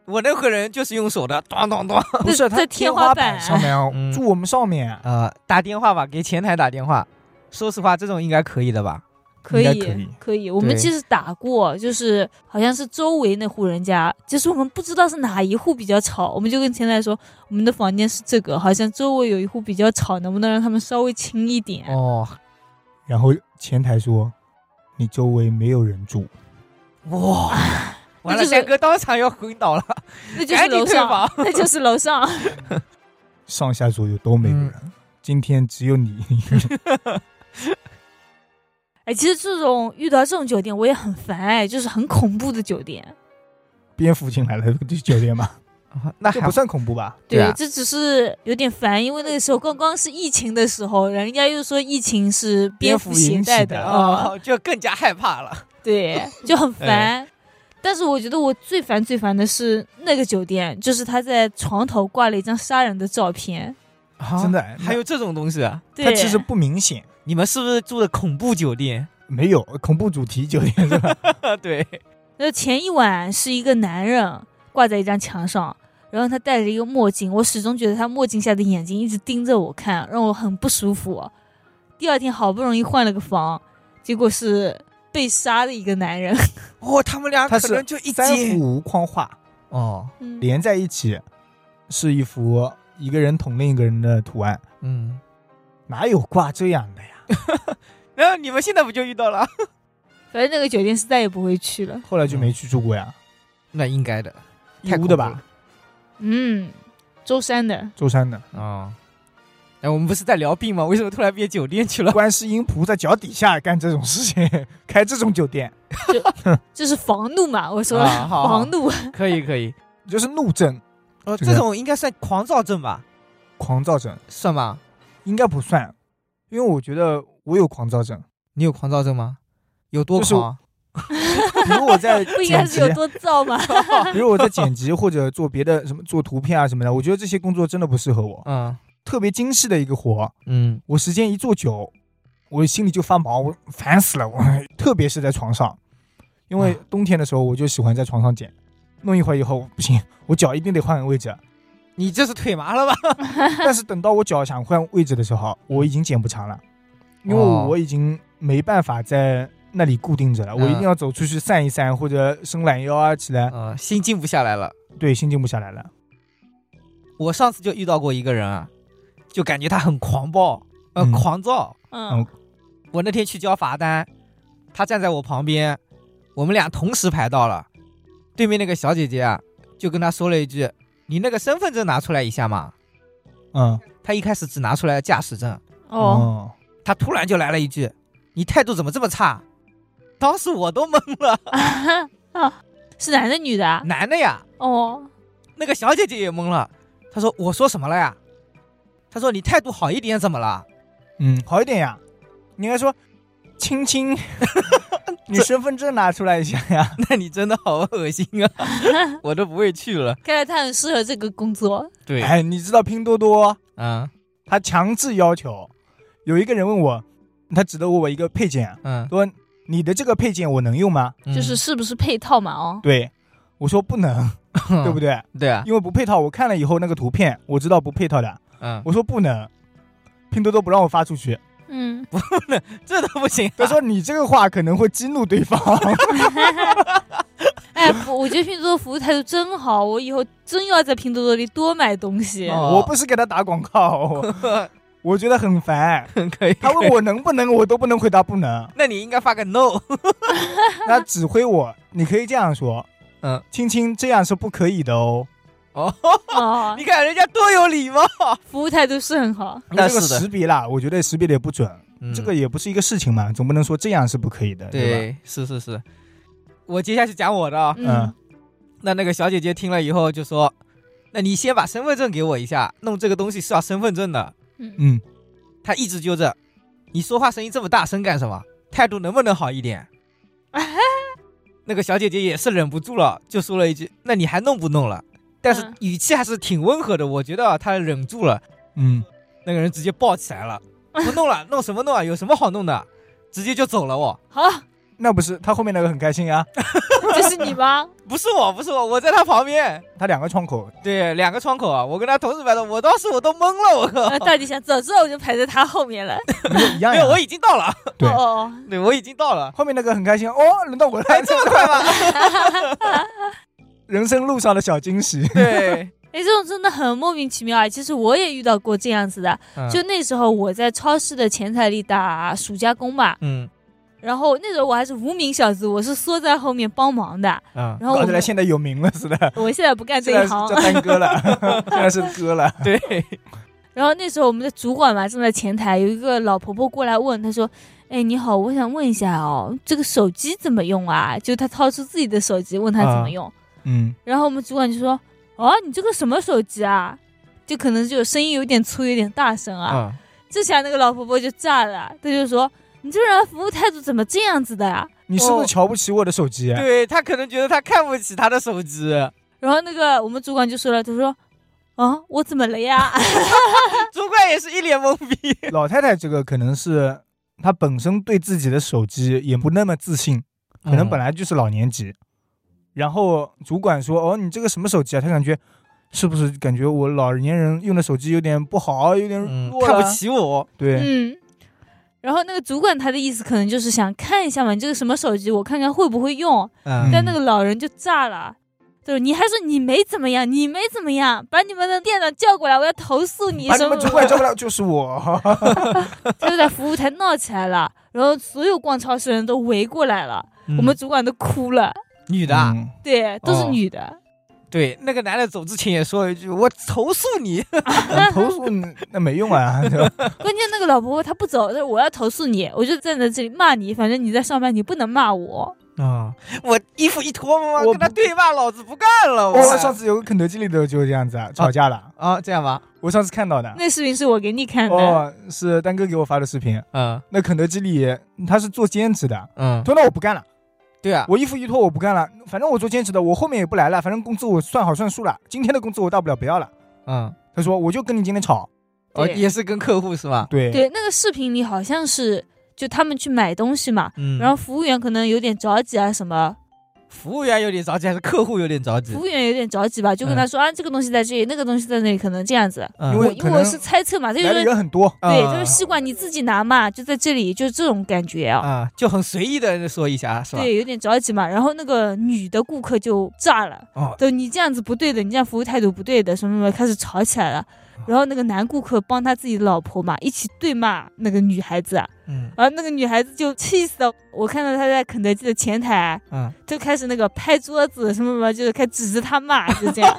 S3: 我那个人就是用手的，咚咚咚。
S1: 不是
S2: 在
S1: 他
S2: 在
S1: 天
S2: 天
S1: 花
S2: 花
S1: 板
S2: 板
S1: 上面啊
S3: 嗯，
S1: 住我们上面，
S3: 呃，打电话吧，给前台打电话。说实话，这种应该可以的吧？
S2: 可以
S1: 应该可以
S2: 可以，我们其实打过，就是好像是周围那户人家，就是我们不知道是哪一户比较吵，我们就跟前台说，我们的房间是这个，好像周围有一户比较吵，能不能让他们稍微轻一点？
S3: 哦，
S1: 然后前台说你周围没有人住，
S3: 哇，完了，
S2: 就是
S3: 三哥当场要昏倒了，
S2: 那就是
S3: 赶紧
S2: 楼
S3: 退
S2: 上，
S3: 房。
S2: 那就是楼上。
S1: 上下左右都没有
S2: 嗯
S1: 人，今天只有你。
S2: 哎，其实这种遇到这种酒店我也很烦，哎，就是很恐怖的酒店。
S1: 蝙蝠进来了，这酒店嘛，
S3: 那
S2: 啊
S1: 这
S3: 还
S1: 不算恐怖吧？
S3: 对啊
S2: 这只是有点烦，因为那个时候刚刚是疫情的时候，人家又说疫情是蝙蝠
S1: 蝙蝠引
S2: 携
S1: 起
S2: 带
S1: 的
S2: 的啊。
S3: 哦，就更加害怕了。
S2: 对，就很
S3: 哎
S2: 烦。但是我觉得我最烦最烦的是那个酒店，就是他在床头挂了一张杀人的照片。啊
S3: 啊
S1: 真的，
S3: 还有这种东西啊？
S1: 它
S2: 对，
S1: 其实不明显，
S3: 你们是不是住的恐怖酒 店？
S1: 没有恐怖主题酒店是 吧？
S3: 啊对，
S2: 那前一晚是一个男人挂在一张墙上，然后他戴着一个墨镜，我始终觉得他墨镜下的眼睛一直盯着我看，让我很不舒服。第二天好不容易换了个房，结果是被杀的一个男人。
S3: 哦，他们俩
S1: 他
S3: 可
S1: 是
S3: 能就一
S1: 三
S3: 起
S1: 幅框画
S3: 哦，
S2: 嗯
S1: 连在一起，是一幅一个人捅另一个人的图案，
S3: 嗯，
S1: 哪有挂这样的呀？
S3: 然后你们现在不就遇到了？
S2: 反正那个酒店是再也不会去了。
S1: 后来就没去住过呀，
S3: 那应该的，
S1: 义乌的吧？
S2: 嗯，舟山的。
S1: 舟山 的
S3: 哦，哎，我们不是在聊病吗？为什么突然变酒店去了？
S1: 观世音菩萨脚底下干这种事情， 开这种酒店
S2: 就是房怒嘛，我说了、
S3: 啊好好
S2: 房怒，
S3: 可以可以，
S1: 就是怒症、
S3: 哦，
S1: 这个
S3: 这种应该算狂躁症吧？
S1: 狂躁症，
S3: 算吧？
S1: 应该不算，因为我觉得我有狂躁症，
S3: 你有狂躁症吗？有多
S1: 就是
S3: 狂？
S1: 比如我在
S2: 不应
S1: 剪
S2: 该
S1: 辑啊
S2: 是有，多燥吗？
S1: 比如我在剪辑或者做别的什么做图片啊什么的，我觉得这些工作真的不适合我，
S3: 嗯
S1: 特别精细的一个活，
S3: 嗯，
S1: 我时间一坐久，我心里就发毛，我烦死了。我 特别是在床上，因为
S3: 啊
S1: 冬天的时候我就喜欢在床上剪，弄一会儿以后不行， 我脚一定得换个位置。
S3: 你这是腿麻了 吧？
S1: 但是等到我脚想换位置的时候，我已经剪不长了，因为
S3: 哦
S1: 我已经没办法在那里固定着了，我一定要走出去散一散或者伸懒腰啊起来，
S3: 嗯，心静不下来了。
S1: 对，心静不下来了。
S3: 我上次就遇到过一个人啊，就感觉他很狂暴，呃，
S1: 嗯
S3: 狂躁。
S1: 嗯
S2: 嗯，
S3: 我那天去交罚单，他站在我旁边，我们俩同时排到了。对面那个小姐姐啊，就跟他说了一句：“你那个身份证拿出来一下嘛。
S1: 嗯，”
S3: 他一开始只拿出来了驾驶证，
S2: 哦，
S3: 他突然就来了一句：“你态度怎么这么差？”当时我都懵了，
S2: 是男的女的啊？
S3: 男的呀，
S2: 哦，
S3: 那个小姐姐也懵了。她说：“我说什么了呀？”她说：“你态度好一点怎么了
S1: 嗯 嗯，好一点呀，你应该说，亲亲，你身份证拿出来一下呀！
S3: 那你真的好恶心啊！ 我都不会去了。
S2: 看来他很适合这个工作。
S3: 对，
S1: 哎，你知道拼多多
S3: 嗯
S1: 它强制要求，有一个人问我，他只得我一个配件，
S3: 嗯，
S1: 说你的这个配件我能用吗？
S3: 嗯
S2: 就是是不是配套嘛？哦，
S1: 对，我说不能，对不对？
S3: 对啊，
S1: 因为不配套，我看了以后那个图片，我知道不配套的，
S3: 嗯，
S1: 我说不能，拼多多不让我发出去。
S2: 嗯，
S3: 这都不行啊。
S1: 他说你这个话可能会激怒对方，
S2: 哎，不我觉得拼多多服务态度真好，我以后真要在拼多多里多买东西。
S3: 哦
S1: 我不是给他打广 告，我觉得很烦。
S3: 可以，
S1: 他问我能不能，我都不能回答不能，
S3: 那你应该发个 no。
S1: 那指挥我，你可以这样说，
S3: 嗯，
S1: 青青这样是不可以的哦。
S3: 哦，
S2: 哦
S3: 你，啊看人家多有礼貌。
S2: 服务态度是很好。
S3: 那
S1: 这个
S3: 是的
S1: 识别啦，我觉得识别的也不准，
S3: 嗯
S1: 这个也不是一个事情嘛，总不能说这样是不可以的，对吧？
S3: 对，是是是。我接下去讲我的啊。
S1: 嗯
S2: 嗯，
S3: 那那个小姐姐听了以后就说：“那你先把身份证给我一下，弄这个东西是要身份证的。”
S2: 嗯，
S1: 嗯，
S3: 她一直揪着，你说话声音这么大声干什么？态度能不能好一点？那个小姐姐也是忍不住了，就说了一句：“那你还弄不弄了？”但是
S2: 嗯
S3: 语气还是挺温和的，我觉得啊她忍住了。
S1: 嗯，
S3: 那个人直接抱起来了，不弄了，弄什么弄啊？有什么好弄的？直接就走了我。
S2: 好，
S1: 那不是他后面那个很开心啊，
S2: 这是你 吗？
S3: 不是我，不是我，我在他旁边。
S1: 他两个窗口，
S3: 对，两个窗口啊，我跟他同时排的，我当时我都懵了，我靠
S2: 呃，到底想早知道我就排在他后面了。
S1: 没有一样
S3: 没
S1: 呀
S3: 有，我已经到了，
S1: 对
S2: 哦哦，
S3: 对我已经到了，
S1: 后面那个很开心哦，轮到我来
S3: 哎，
S1: 了，
S3: 这么快吗？
S1: 人生路上的小惊喜。
S3: 对，
S2: 哎，这种真的很莫名其妙啊！其实我也遇到过这样子的，
S3: 嗯
S2: 就那时候我在超市的前台里打暑假工嘛，
S3: 嗯
S2: 然后那时候我还是无名小子，我是缩在后面帮忙的。
S3: 嗯，
S2: 然后
S1: 搞
S2: 我
S1: 起来
S2: 们
S1: 现在有名了似的，
S2: 我现在不干这
S1: 现在
S2: 一
S1: 是
S2: 行
S1: 叫，单哥了， 现在是哥 了。
S3: 对，
S2: 然后那时候我们的主管嘛正在前台，有一个老婆婆过来问，她说：“哎，你好，我想问一下哦，这个手机怎么用啊？”就她掏出自己的手机问她怎么用，
S1: 嗯，
S2: 然后我们主管就说：“哦，你这个什么手机啊？”就可能就声音有点粗，有点大声啊。
S3: 嗯
S2: 这下那个老婆婆就炸了，她就说：“你这人服务态度怎么这样子的啊呀、
S1: 你是不是瞧不起我的手机？啊
S3: 对他可能觉得他看不起他的手机，
S2: 然后那个我们主管就说了，他说：“啊，我怎么了呀？
S3: 主管也是一脸懵逼。
S1: 老太太这个可能是她本身对自己的手机也不那么自信， 可
S3: 嗯
S1: 能本来就是老年级。然后主管说：“哦，你这个什么手机啊？”她感觉是不是感觉我老年人用的手机有点不好，有点
S3: 嗯
S1: 弱
S3: 看
S1: 了？
S3: 不起我，
S1: 对，啊
S2: 嗯。”然后那个主管他的意思可能就是想看一下嘛，你这个什么手机，我看看会不会用。
S3: 嗯
S2: 但那个老人就炸了，就是你还说你没怎么样，你没怎么样，把你们的店长叫过来，我要投诉你
S1: 把
S2: 什
S1: 你
S2: 么
S1: 们主
S2: 什
S1: 管
S2: 么。
S1: 叫过来就是 我。
S2: 他就在服务台闹起来了，然后所有逛超市的人都围过来 了，
S3: 嗯
S2: 我们主管都哭了，
S3: 女的啊，
S1: 嗯
S2: 对，都是
S3: 哦
S2: 女的。
S3: 对，那个男的走之前也说了一句：“我投诉你。
S1: 嗯投诉你那没用啊， 对吧？
S2: 关键那个老婆婆她不走，她说我要投诉你，我就站在这里骂你，反正你在上班，你不能骂我。”
S3: 啊，我衣服一脱嘛，
S1: 我
S3: 跟他对骂，老子不干了。
S1: 我
S3: 我
S1: 哦上次有个肯德基里头就这样子啊，吵架了。
S3: 啊，这样吧，
S1: 我上次看到的，
S2: 那视频是我给你看的，
S1: 哦，是丹哥给我发的视频。
S3: 嗯
S1: 那肯德基里他是做兼职的，
S3: 嗯，
S1: 他说那我不干了，
S3: 对啊，
S1: 我衣服一脱我不干了，反正我做兼职的，我后面也不来了，反正工资我算好算数了，今天的工资我大不了不要了。
S3: 嗯，
S1: 他说我就跟你今天吵，
S3: 哦，
S2: 对
S3: 也是跟客户是吧？
S1: 对，
S2: 对，那个视频里好像是就他们去买东西嘛，
S3: 嗯
S2: 然后服务员可能有点着急啊什么，
S3: 服务员有点着急，还是客户有点着急
S2: 服？务员有点着急吧，就跟他说、啊这个东西在这里，那个东西在那里，可能这样子。
S3: 嗯
S1: 因
S2: 我
S1: 为
S2: 因
S1: 可
S2: 为
S1: 能
S2: 我是猜测嘛，他就
S1: 来的
S2: 说
S1: 人很多，
S2: 对，
S3: 啊
S2: 就是西瓜你自己拿嘛，就在这里，就这种感觉啊。
S3: 啊，就很随意的说一下，是吧？
S2: 对，有点着急嘛，然后那个女的顾客就炸了，
S3: 哦，
S2: 对你这样子不对的，你这样服务态度不对的，什么什么，开始吵起来了。然后那个男顾客帮他自己的老婆嘛，一起对骂那个女孩子，啊
S3: 嗯
S2: 然后那个女孩子就气死了。我看到她在肯德基的前台
S3: 嗯，
S2: 就开始那个拍桌子什么什么，就是开始指着他骂，就这样。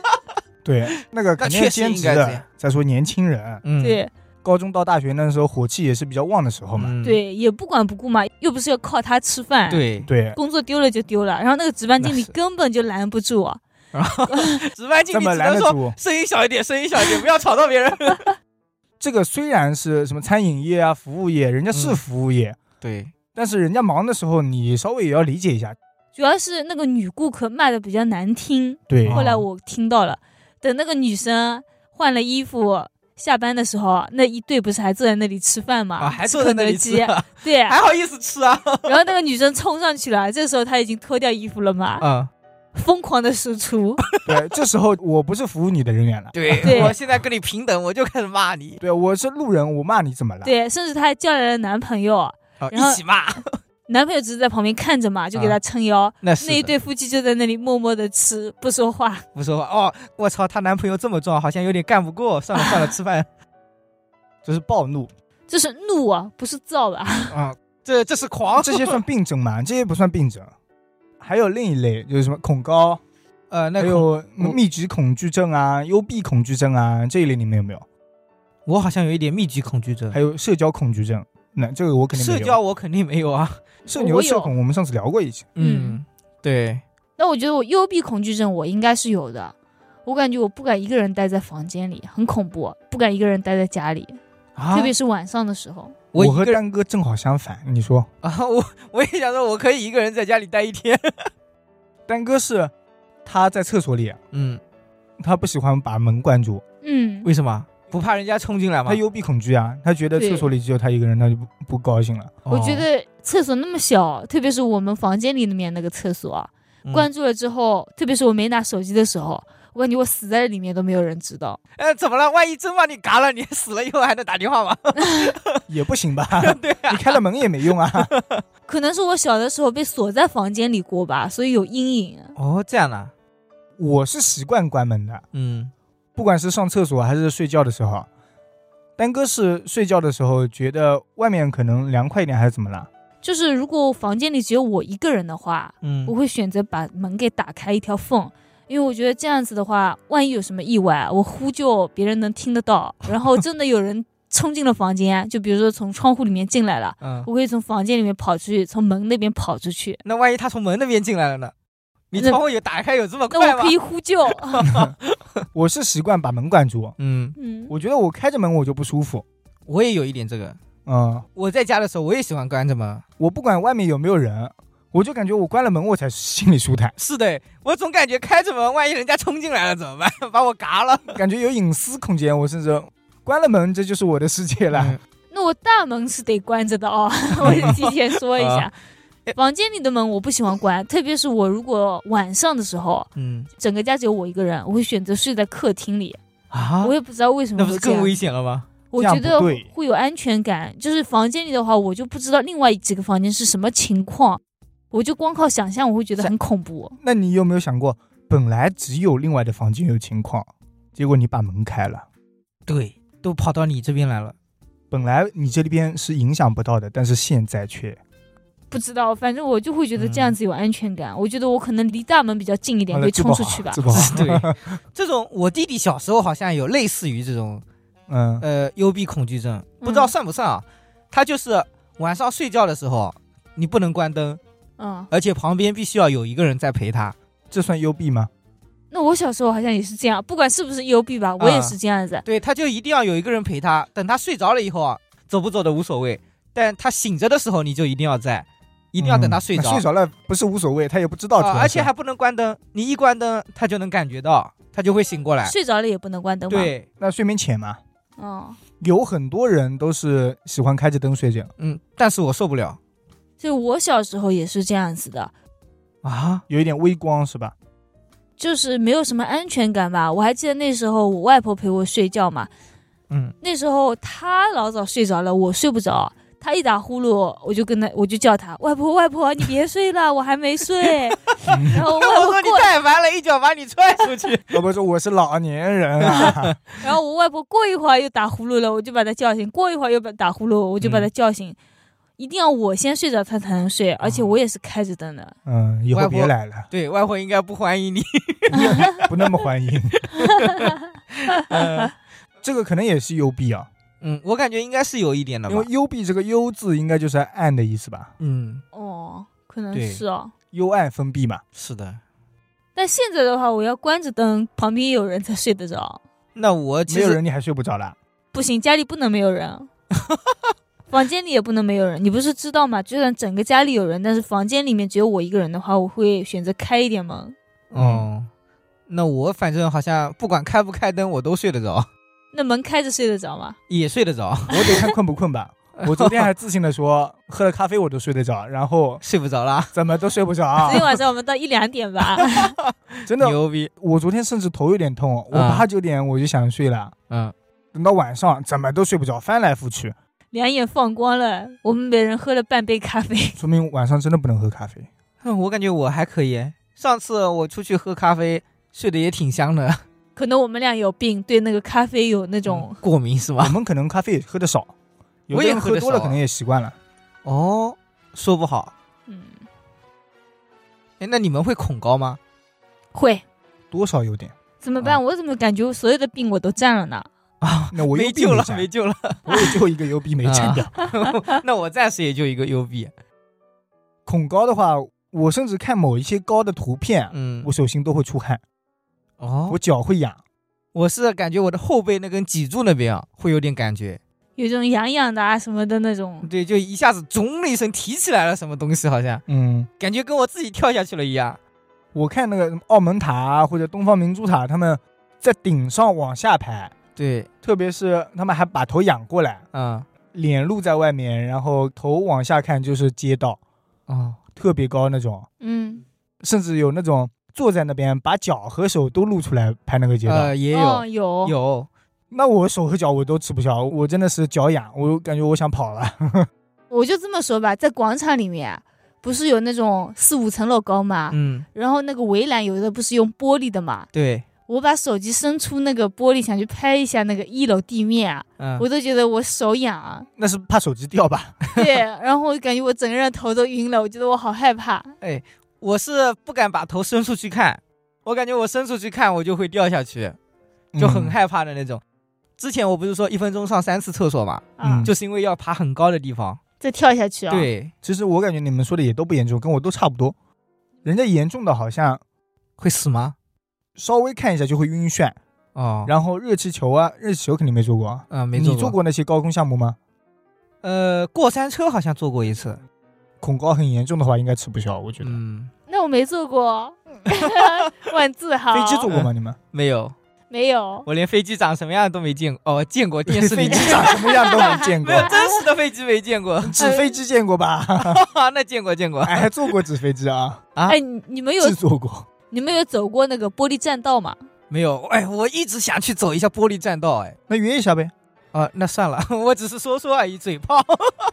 S1: 对，那个肯定是兼职
S3: 那确实应该这样
S1: 的。再说年轻人，
S3: 嗯，
S2: 对、
S1: 高中到大学那时候火气也是比较旺的时候嘛，
S3: 嗯
S2: 对，也不管不顾嘛，又不是要靠他吃饭。。
S3: 对，
S1: 对，
S2: 工作丢了就丢了，然后那个值班经理
S3: 那是
S2: 根本就拦不住啊，
S3: 然后值班经
S1: 这
S3: 理
S1: 么
S3: 只
S1: 拦
S3: 能
S1: 得
S3: 说
S1: 住？
S3: 声音小一点，声音小一点，不要吵到别人。
S1: 这个虽然是什么餐饮业啊、服务业，人家是
S3: 嗯
S1: 服务业，
S3: 对，
S1: 但是人家忙的时候，你稍微也要理解一下。
S2: 主要是那个女顾客骂的比较难听，
S1: 对，
S3: 哦
S2: 后来我听到了，等那个女生换了衣服。下班的时候，那一对不是还坐在那里吃饭吗？
S3: 啊，还坐在那里吃
S2: 肯德
S3: 啊，
S2: 基，对。
S3: 还好意思吃啊？
S2: 然后那个女生冲上去了，这时候她已经脱掉衣服了嘛，
S3: 嗯，
S2: 疯狂的输 出。
S1: 对，这时候我不是服务你的人员了，
S3: 对
S2: 对
S3: 我现在跟你平等，我就开始骂你，
S1: 对，我是路人，我骂你怎么了？
S2: 对，甚至她还叫来了男朋友，
S3: 啊，
S2: 然后
S3: 一起骂，
S2: 男朋友只是在旁边看着嘛，就给她撑腰。
S3: 那是
S2: 那一
S3: 的
S2: 对夫妻就在那里默默的吃，不说话。
S3: 不说话哦。我操，她男朋友这么壮，好像有点干不过。算了算了，吃 饭。
S1: 这是暴怒
S2: 这是怒啊，不是躁吧？
S1: 啊，
S3: 这这是狂，
S1: 这些算病症吗？这些不算病症。还有另一类就是什么恐高，
S3: 呃，那
S1: 还
S3: 个
S1: 有密集恐惧症啊、幽闭恐惧症啊这一类，你们有没有？
S3: 我好像有一点密集恐惧症
S1: 还，有社交恐惧症，那这个我肯定没
S3: 社
S1: 有。
S3: 交我肯定没有啊。
S1: 社
S2: 我
S1: 牛
S2: 有
S1: 社恐，我们上次聊过一期。
S2: 嗯
S3: 嗯，对，
S2: 那我觉得我幽闭恐惧症我应该是有的，我感觉我不敢一个人待在房间里，很恐怖，不敢一个人待在家里，
S3: 啊
S2: 特别是晚上的时候。
S3: 我
S1: 我
S3: 一
S1: 和
S3: 个人
S1: 丹哥正好相反，你说
S3: 啊，我我也想说，我可以一个人在家里待一天。
S1: 丹哥是他在厕所里，
S3: 嗯，
S1: 他不喜欢把门关住，
S2: 嗯，
S3: 为什么哎不怕人家冲进来吗
S1: 他？幽闭恐惧啊，他觉得
S2: 对
S1: 厕所里只有他一个人，他就不不高兴 了。
S2: 我觉
S3: 哦
S2: 得厕所那么小，特别是我们房间里面那个厕所，
S3: 嗯
S2: 关住了之后，特别是我没拿手机的时候，我感觉我死在里面都没有人知道。
S3: 哎，怎么了？万一真把你嘎了，你死了以后还能打电话吗？
S1: 也不行吧？
S3: 对啊
S1: 你，开了门也没用啊。
S2: 可能是我小的时候被锁在房间里过吧，所以有阴影。
S3: 哦，这样的、
S1: 我是习惯关门的，
S3: 嗯，
S1: 不管是上厕所还是睡觉的时候。丹哥是睡觉的时候觉得外面可能凉快一点，还是怎么了？
S2: 就是如果房间里只有我一个人的话，
S3: 嗯
S2: 我会选择把门给打开一条缝，因为我觉得这样子的话，万一有什么意外，我呼救别人能听得 到，然后真的有人冲进了房间，就比如说从窗户里面进来了。
S3: 嗯，
S2: 我会从房间里面跑出去，从门那边跑出去，
S3: 那万一他从门那边进来了呢？你
S2: 那
S3: 窗户有打开有这么
S2: 那
S3: 快
S2: 我
S3: 吗
S2: 可？以呼救。
S1: 我是习惯把门关住，
S3: 嗯，
S2: 嗯，
S1: 我觉得我开着门我就不舒服。
S3: 我也有一点这个。
S1: 嗯，
S3: 我在家的时候，我也喜欢关着门。
S1: 我不管外面有没有人，我就感觉我关了门我才心里舒坦，
S3: 是的，我总感觉开着门，万一人家冲进来了怎么办？ 把我嘎了。
S1: 感觉有隐私空间。我甚至关了门，这就是我的世界了。
S3: 嗯
S2: 那我大门是得关着的 哦，我得提前说一
S3: 啊
S2: 下。
S3: 哎
S2: 房间里的门我不喜欢关，特别是我如果晚上的时候，
S3: 嗯
S2: 整个家只有我一个人，我会选择睡在客厅里。
S3: 啊
S2: 我也不知道为什么
S3: 那不
S2: 会
S3: 是
S2: 这
S3: 更
S2: 样，
S3: 危险了吗？
S2: 我
S1: 这样
S2: 觉
S1: 不
S2: 得
S1: 对
S2: 会有安全感。就是房间里的话，我就不知道另外几个房间是什么情况，我就光靠想象，我会觉得很恐怖。
S1: 那你有没有想过，本来只有另外的房间有情况，结果你把门开了，
S3: 对，都跑到你这边来了。。
S1: 本来你这边是影响不到的，但是现在却……
S2: 不知道，反正我就会觉得这样子有安全感。我觉得我可能离大门比较近一点，
S1: 完
S2: 可
S1: 了
S2: 以
S1: 这
S2: 冲
S1: 不
S2: 出
S1: 好
S2: 去吧
S1: 这。 不好
S3: 对，这种我弟弟小时候好像有类似于这种
S1: 嗯，
S3: 呃幽闭恐惧症，不
S2: 嗯
S3: 知道算不算啊？他就是晚上睡觉的时候，你不能关灯，
S2: 嗯，
S3: 而且旁边必须要有一个人在陪他。
S1: 这算幽闭吗？
S2: 那我小时候好像也是这样，不管是不是幽闭吧，我也
S3: 啊
S2: 是这样子。
S3: 对，他就一定要有一个人陪他。等他睡着了以后啊，走不走的无所谓，但他醒着的时候你就一定要在，一定要等他睡
S1: 嗯
S3: 着。
S1: 睡着了不是无所谓，他也不知道主要
S3: 啊
S1: 是、
S3: 而且还不能关灯，你一关灯，他就能感觉到，他就会醒过来。
S2: 睡着了也不能关灯嘛。，
S3: 哎对，
S1: 那睡眠浅嘛，
S2: 嗯，
S1: 有很多人都是喜欢开着灯睡觉。
S3: 嗯，但是我受不了
S2: 所以我小时候也是这样子的，
S3: 啊，
S1: 有一点微光是 吧？
S2: 就是没有什么安全感吧。我还记得那时候我外婆陪我睡觉嘛，
S3: 嗯，
S2: 那时候她老早睡着了，我睡不着。她一打呼噜，我就跟她，我就叫她外婆，外婆，你别睡了，我还没 睡。然后
S3: 我
S2: 外婆
S3: 说你
S2: 过，
S3: 太烦了，一脚把你踹出 去。
S1: 要不说我是老年人 啊，
S2: 然后我外婆过一会儿又打呼噜了，我就把她叫醒；过一会儿又把打呼噜，我
S3: 嗯
S2: 就把她叫醒。一定要我先睡着，她才能睡，而且
S3: 哦
S2: 我也是开着灯的。
S1: 嗯，以
S3: 外
S1: 后
S3: 婆
S1: 别来了。
S3: 对外婆应该不欢迎你。
S1: 不那么欢迎。
S3: 嗯
S1: 这个可能也是幽闭啊，
S3: 嗯，我感觉应该是有一点的
S1: 因
S3: 吧
S1: 为。幽闭这个幽字应该就是暗的意思吧，
S3: 嗯，
S2: 哦，可能
S3: 对
S2: 是哦。
S1: 幽暗封闭嘛。
S3: 是的。
S2: 但现在的话，我要关着灯，旁边有人才睡得着。
S3: 那我
S1: 没
S3: 其
S1: 有
S3: 实
S1: 人你还睡不着啦？
S2: 不行，家里不能没有人， 房间里也不能没有人。你不是知道吗？就算整个家里有人，但是房间里面只有我一个人的话，我会选择开一点门。
S3: 哦，那我反正好像不管开不开灯，我都睡得着，
S2: 那门开着睡得着吗？
S3: 也睡得着，
S1: 我得看困不困 吧。我昨天还自信的说，喝了咖啡我都睡得着，然后
S3: 睡不着啦，
S1: 怎么都睡不着、
S2: 昨 天晚上我们到一两点吧。
S1: 真的，
S3: 牛逼，
S1: 我昨天甚至头有点痛，我
S3: 啊
S1: 八九点我就想睡了，
S3: 嗯，
S1: 等到晚上怎么都睡不着，翻来覆去，
S2: 两眼放光了，我们每人喝了半杯咖啡。
S1: 说明晚上真的不能喝咖啡。
S3: 嗯我感觉我还可以。上次我出去喝咖啡，睡得也挺香的，
S2: 可能我们俩有病，对那个咖啡有那种、
S3: 过敏是
S1: 我
S3: 吧？
S1: 们可能咖啡也喝的少，有
S3: 我
S1: 的
S3: 也
S1: 人
S3: 喝得
S1: 多了
S3: 少啊
S1: 可能也习惯了。
S3: 哦，说不好。
S2: 嗯
S3: 哎，那你们会恐高吗？
S2: 会
S1: 多少有点。
S2: 怎么办？我怎么感觉我所有的病我都占了呢？
S3: 啊，
S1: 那我
S3: 没
S1: 又
S3: 救了，啊
S1: 占
S3: 没救了。
S1: 我也就一个 U B 没占掉。
S3: 那我暂时也就一个 U B。
S1: 恐高的话，我甚至看某一些高的图片，
S3: 嗯
S1: 我，手心都会出汗，
S3: 哦，
S1: 我脚会痒。
S3: 我是感觉我的后背那根脊柱那边啊，会有点感觉，
S2: 有种痒痒的啊什么的那种。
S3: 对，就一下子咚的一声提起来了，什么东西好像
S1: 嗯，
S3: 感觉跟我自己跳下去了一样。
S1: 我看那个什么澳门塔啊或者东方明珠塔，他们在顶上往下排，
S3: 对，
S1: 特别是他们还把头仰过来，
S3: 啊、
S1: 脸露在外面，然后头往下看就是街道，
S3: 哦，
S1: 特别高那种，
S2: 嗯，
S1: 甚至有那种坐在那边把脚和手都露出来拍那个街道。
S3: 呃，也有、
S2: 哦、有
S3: 有，
S1: 那我手和脚我都吃不消，我真的是脚痒，我感觉我想跑了。
S2: 我就这么说吧，在广场里面啊不是有那种四五层楼高嘛，
S3: 嗯，
S2: 然后那个围栏有的不是用玻璃的嘛，
S3: 对，
S2: 我把手机伸出那个玻璃想去拍一下那个一楼地面啊，
S3: 嗯，
S2: 我都觉得我手 痒啊，
S1: 那是怕手机掉吧？
S2: 对，然后我感觉我整个人头都晕了，我觉得我好害怕。
S3: 我是不敢把头伸出去看，我感觉我伸出去看我就会掉下去，
S1: 嗯
S3: 就很害怕的那种。之前我不是说一分钟上三次厕所嘛，
S2: 啊，
S1: 嗯
S3: 就是因为要爬很高的地方。
S2: 再跳下去啊！，
S3: 对，
S1: 其实我感觉你们说的也都不严重，跟我都差不多。人家严重的好像
S3: 会死吗？
S1: 稍微看一下就会晕眩，
S3: 哦，
S1: 然后热气球啊，热气球肯定没做过啊。
S3: 嗯、没做
S1: 你做
S3: 过，
S1: 过那些高空项目吗？
S3: 呃，过山车好像坐过一次，
S1: 恐高很严重的话，应该吃不消，我觉得。
S3: 嗯，
S2: 那我没 做过，我很自豪。
S1: 飞机坐过吗？你 们？
S3: 没有，
S2: 没有？
S3: 我连飞机长什么样都没见过，哦，见过电视里
S1: 飞机
S3: 面
S1: 长什么样都没见
S3: 没
S1: 过， 啊
S3: 有真实的飞机没见过，
S1: 纸飞机见过吧？
S3: 啊，那见过见过，
S1: 哎，坐过纸飞机啊，
S3: 啊
S2: 哎，你你们有
S1: 制作过。
S2: 你们有走过那个玻璃栈道吗？
S3: 没有，哎，我一直想去走一下玻璃栈道，哎，
S1: 那约一下呗，
S3: 啊，那算了， 我只是说说而已，嘴炮。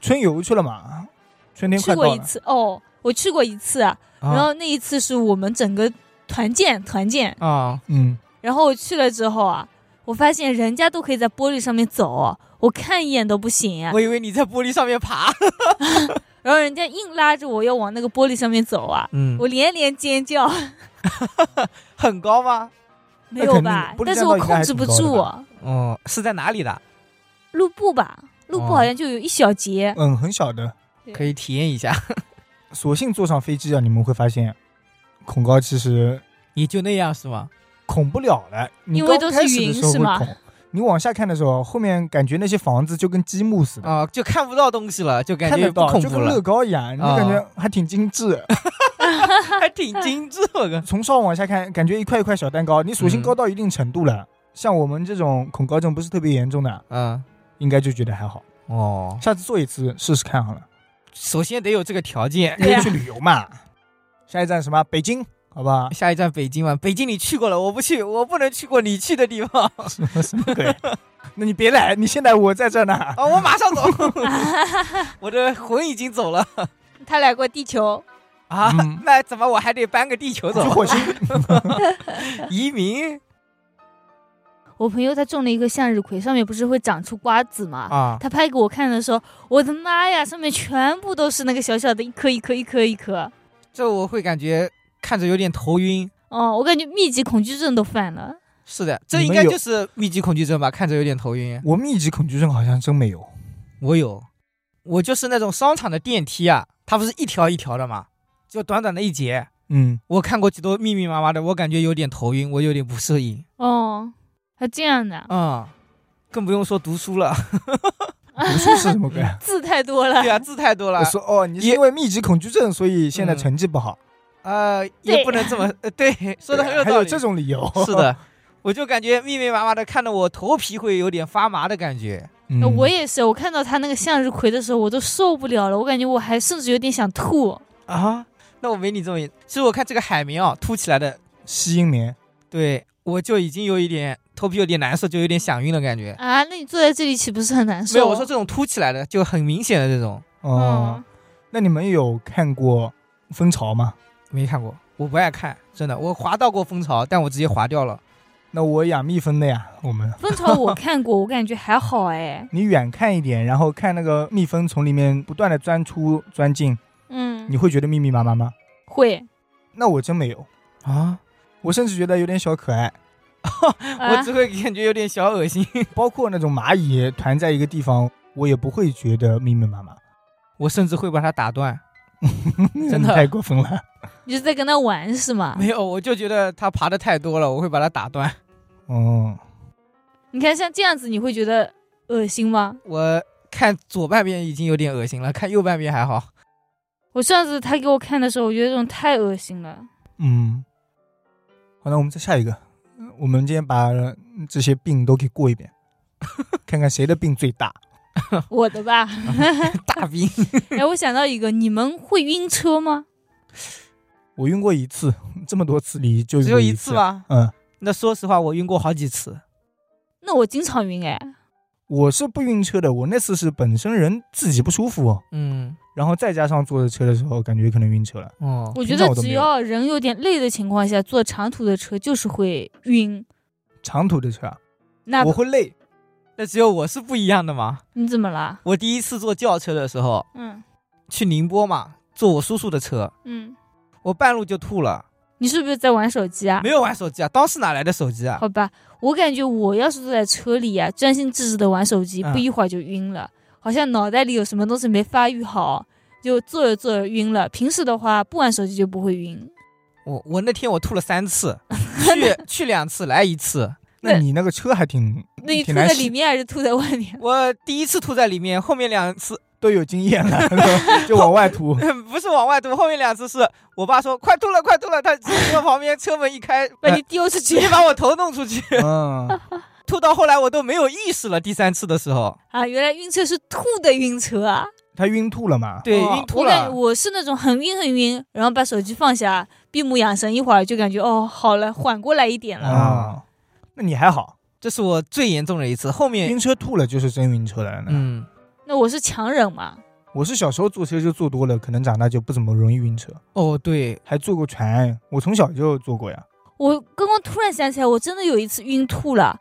S1: 春游去了嘛？春天
S2: 哦去
S1: 快
S2: 过
S1: 到
S2: 一
S1: 了，
S2: 次哦，我去过一次啊。
S1: 哦
S2: 然后那一次是我们整个团建团建，
S3: 啊，
S1: 嗯，
S2: 然后我去了之后啊，我发现人家都可以在玻璃上面走，啊我看一眼都不行啊。
S3: 我以为你在玻璃上面爬，
S2: 然后人家硬拉着我要往那个玻璃上面走啊，
S3: 嗯
S2: 我连连尖叫，
S3: 很高吗？
S2: 没
S1: 肯
S2: 有
S1: 定
S2: 吧
S1: 玻璃？
S2: 但是
S1: 栈道
S2: 我
S1: 应该
S2: 控
S1: 还
S2: 制
S1: 挺
S2: 不
S1: 高的
S2: 住
S1: 吧
S2: 啊。
S3: 哦，是在哪里的？
S2: 路布吧，路布
S3: 哦
S2: 好像就有一小节。
S1: 嗯，很小的。
S3: 可以体验一下，
S1: 索性坐上飞机啊，你们会发现，恐高其实
S3: 也就那样是吗？
S1: 恐不了了。你
S2: 因为
S1: 刚
S2: 都是
S1: 开始的时候
S2: 云是
S1: 会
S2: 吗
S1: 恐，你往下看的时候，后面感觉那些房子就跟积木似
S2: 嗯
S1: 的，
S3: 啊，就看不到东西了，就感
S1: 看
S3: 觉
S1: 得
S3: 不
S1: 到，
S3: 恐
S1: 就
S3: 怖
S1: 跟乐
S3: 了，
S1: 高一样，你就
S2: 嗯
S1: 感觉还挺精 致。
S3: 还挺精致，我跟
S1: 从上往下看，感觉一块一块小蛋糕。你索性
S3: 嗯
S1: 高到一定程度
S2: 嗯
S1: 了，像我们这种恐高症不是特别严重的，
S3: 嗯，
S1: 应该就觉得还好。
S3: 哦，
S1: 下次做一次试试看好了，
S3: 首先得有这个条件。？
S1: 因
S2: 对啊
S1: 为
S2: 呀
S1: 去旅游嘛。下一站什么？北京，好吧
S3: 下一站北京嘛，北京你去过了，我不去，我不能去过你去的地方 啊！
S1: 什么什么鬼？那你别来，你现在我在这呢。
S3: 啊我马上走， 我的魂已经走了
S2: 他来过地球，
S3: 啊！
S1: 嗯
S3: 那怎么我还得搬个地球
S1: 去
S3: 走？
S1: 火星。
S3: 移民
S2: 我朋友他种了一个向日葵，上面不是会长出瓜子吗？
S3: 啊，
S2: 他拍给我看的时候，我的妈呀，上面全部都是那个小小的一颗一颗一颗一颗。
S3: 这我会感觉看着有点头晕。
S2: 哦，我感觉密集恐惧症都犯了。
S3: 是的，这
S1: 你
S3: 应
S1: 们
S3: 该
S1: 有
S3: 就是密集恐惧症吧？看着有点头晕。
S1: 我密集恐惧症好像真没有。
S3: 我有，我就是那种商场的电梯啊，它不是一条一条的嘛，就短短的一节，
S1: 嗯，
S3: 我看过几多密密麻麻的，我感觉有点头晕，我有点不适应嗯
S2: 哦，还这样的
S3: 啊、更不用说读书了。
S2: 啊、
S1: 读书是什么 鬼？
S2: 字太多了
S3: 对，啊，字太多了
S1: 我。说哦，你是
S3: 也
S1: 因为密集恐惧症，所以现在
S3: 嗯
S1: 成绩不好，
S3: 呃，
S2: 对
S3: 也不能这么，呃 对，说的很有
S1: 还
S3: 道
S1: 有
S3: 理。
S1: 这种理由？
S3: 是，的，我就感觉密密麻麻的，看得我头皮会有点发麻的感觉。
S1: 嗯
S2: 我也是，我看到他那个向日葵的时候，我都受不了了，我感觉我还甚至有点想吐。
S3: 啊，那我没你这么严。其实我看这个海绵啊，凸起来的，
S1: 吸引棉，
S3: 对我就已经有一点头皮有点难受，就有点想晕的感觉。
S2: 啊，那你坐在这里岂不是很难受？
S3: 没有，我说这种凸起来的就很明显的这种，
S1: 哦
S2: 嗯，，
S1: 那你们有看过《蜂巢》吗？
S3: 没看过，我不爱看，真的。我滑到过蜂巢，但我直接滑掉了。
S1: 那我养蜜蜂的呀，我们
S2: 蜂巢我看过，我感觉还好哎。
S1: 你远看一点，然后看那个蜜蜂从里面不断的钻出钻进，
S2: 嗯
S1: 你，会觉得密密麻麻吗？
S2: 会。
S1: 那我真没有，
S3: 啊，
S1: 我甚至觉得有点小可爱，
S3: 我
S2: 啊
S3: 只会感觉有点小恶心。
S1: 包括那种蚂蚁团在一个地方，我也不会觉得密密麻麻，
S3: 我甚至会把它打 断。嗯真的
S1: 太过分了。
S2: 你是在跟他玩是吗？
S3: 没有，我就觉得它爬的太多了，我会把它打断。
S1: 哦，
S2: 你看像这样子，你会觉得恶心吗？
S3: 我看左半边已经有点恶心了，看右半边还好。
S2: 我上次他给我看的时候，我觉得这种太恶心 了。
S1: 嗯，好，那我们再下一个，我们今天把这些病都给过一遍，看看谁的病最大。
S2: 我的吧，
S3: 大兵，
S2: 哎，我想到一个，你们会晕车吗？
S1: 我晕过一次，这么多次里就晕
S3: 只
S1: 过
S3: 有一次
S1: 次？
S3: 吧？
S1: 嗯，
S3: 那说实话，我晕过好几次。
S2: 那我经常晕哎，
S1: 我是不晕车的，我那次是本身人自己不舒服，
S3: 嗯，
S1: 然后再加上坐着车的时候，感觉可能晕车了。
S3: 哦，
S2: 我觉
S1: 平常
S2: 得
S1: 啊我都
S2: 只
S1: 没有
S2: 要人有点累的情况下，坐长途的车就是会晕。
S1: 长途的车啊，
S2: 那
S1: 我会累，
S3: 那只有我是不一样的嘛。
S2: 你怎么了？
S3: 我第一次坐轿车的时候，
S2: 嗯
S3: 去宁波嘛，坐我叔叔的车，
S2: 嗯，
S3: 我半路就吐了。
S2: 你是不是在玩手机啊？
S3: 没有玩手机啊，当时哪来的手机啊？
S2: 好吧，我感觉我要是坐在车里呀、专心致志的玩手机，
S3: 嗯
S2: 不一会儿就晕了，好像脑袋里有什么东西没发育好，就坐着坐着晕了。平时的话，不玩手机就不
S1: 嗯
S2: 会晕。
S3: 我我那天我吐了三 次，去去两次，来一次。
S1: 那
S2: 那
S1: 你那个车还挺
S2: 那你
S1: 嗯
S2: 吐
S1: 挺难
S2: 在里
S1: 洗，
S2: 面还是吐在外面？
S3: 我第一次吐在里面，后面两次
S1: 都有经验了，就往外吐。
S3: 不是往外吐，后面两次是我爸说快吐了，快吐了，他直接从旁边车门 一开，
S2: 把
S3: 呃
S2: 你丢出
S3: 直
S2: 去
S3: 接把我头弄出去，
S1: 嗯，
S3: 吐到后来我都没有意识了。第三次的时候，
S2: 啊！原来晕车是吐的晕车啊！
S1: 他晕吐了嘛？
S3: 对，
S2: 哦
S3: 晕吐
S2: 我感觉
S3: 了。
S2: 我是那种很晕很晕，然后把手机放下，闭目养神一会儿，就感觉哦好了，缓过来一点
S3: 嗯
S2: 了。
S1: 啊，那你还好，
S3: 这是我最严重的一次，后面
S1: 晕车吐了就是真晕车了。嗯，
S3: 嗯，
S2: 那我是强忍嘛，
S1: 我是小时候坐车就坐多了，可能长大就不怎么容易晕车，
S3: 哦对，
S1: 还坐过船，我从小就坐过呀。
S2: 我刚刚突然想起来，我真的有一次晕吐了。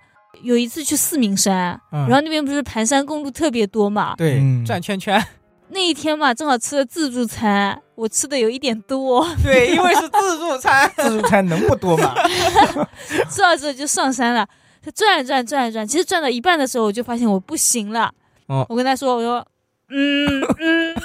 S2: 有一次去四明山，
S3: 嗯
S2: 然后那边不是盘山公路特别多嘛？
S3: 对、
S1: 嗯，
S3: 转圈圈，
S2: 那一天嘛，正好吃了自助餐，我吃的有一点多，
S3: 对，因为是自助餐
S1: 自助餐能不多吗？
S2: 吃到这就上山了。他转啊转转啊转，其实转到一半的时候，我就发现我不行了。
S3: 哦
S2: 我跟他说，我说，嗯嗯，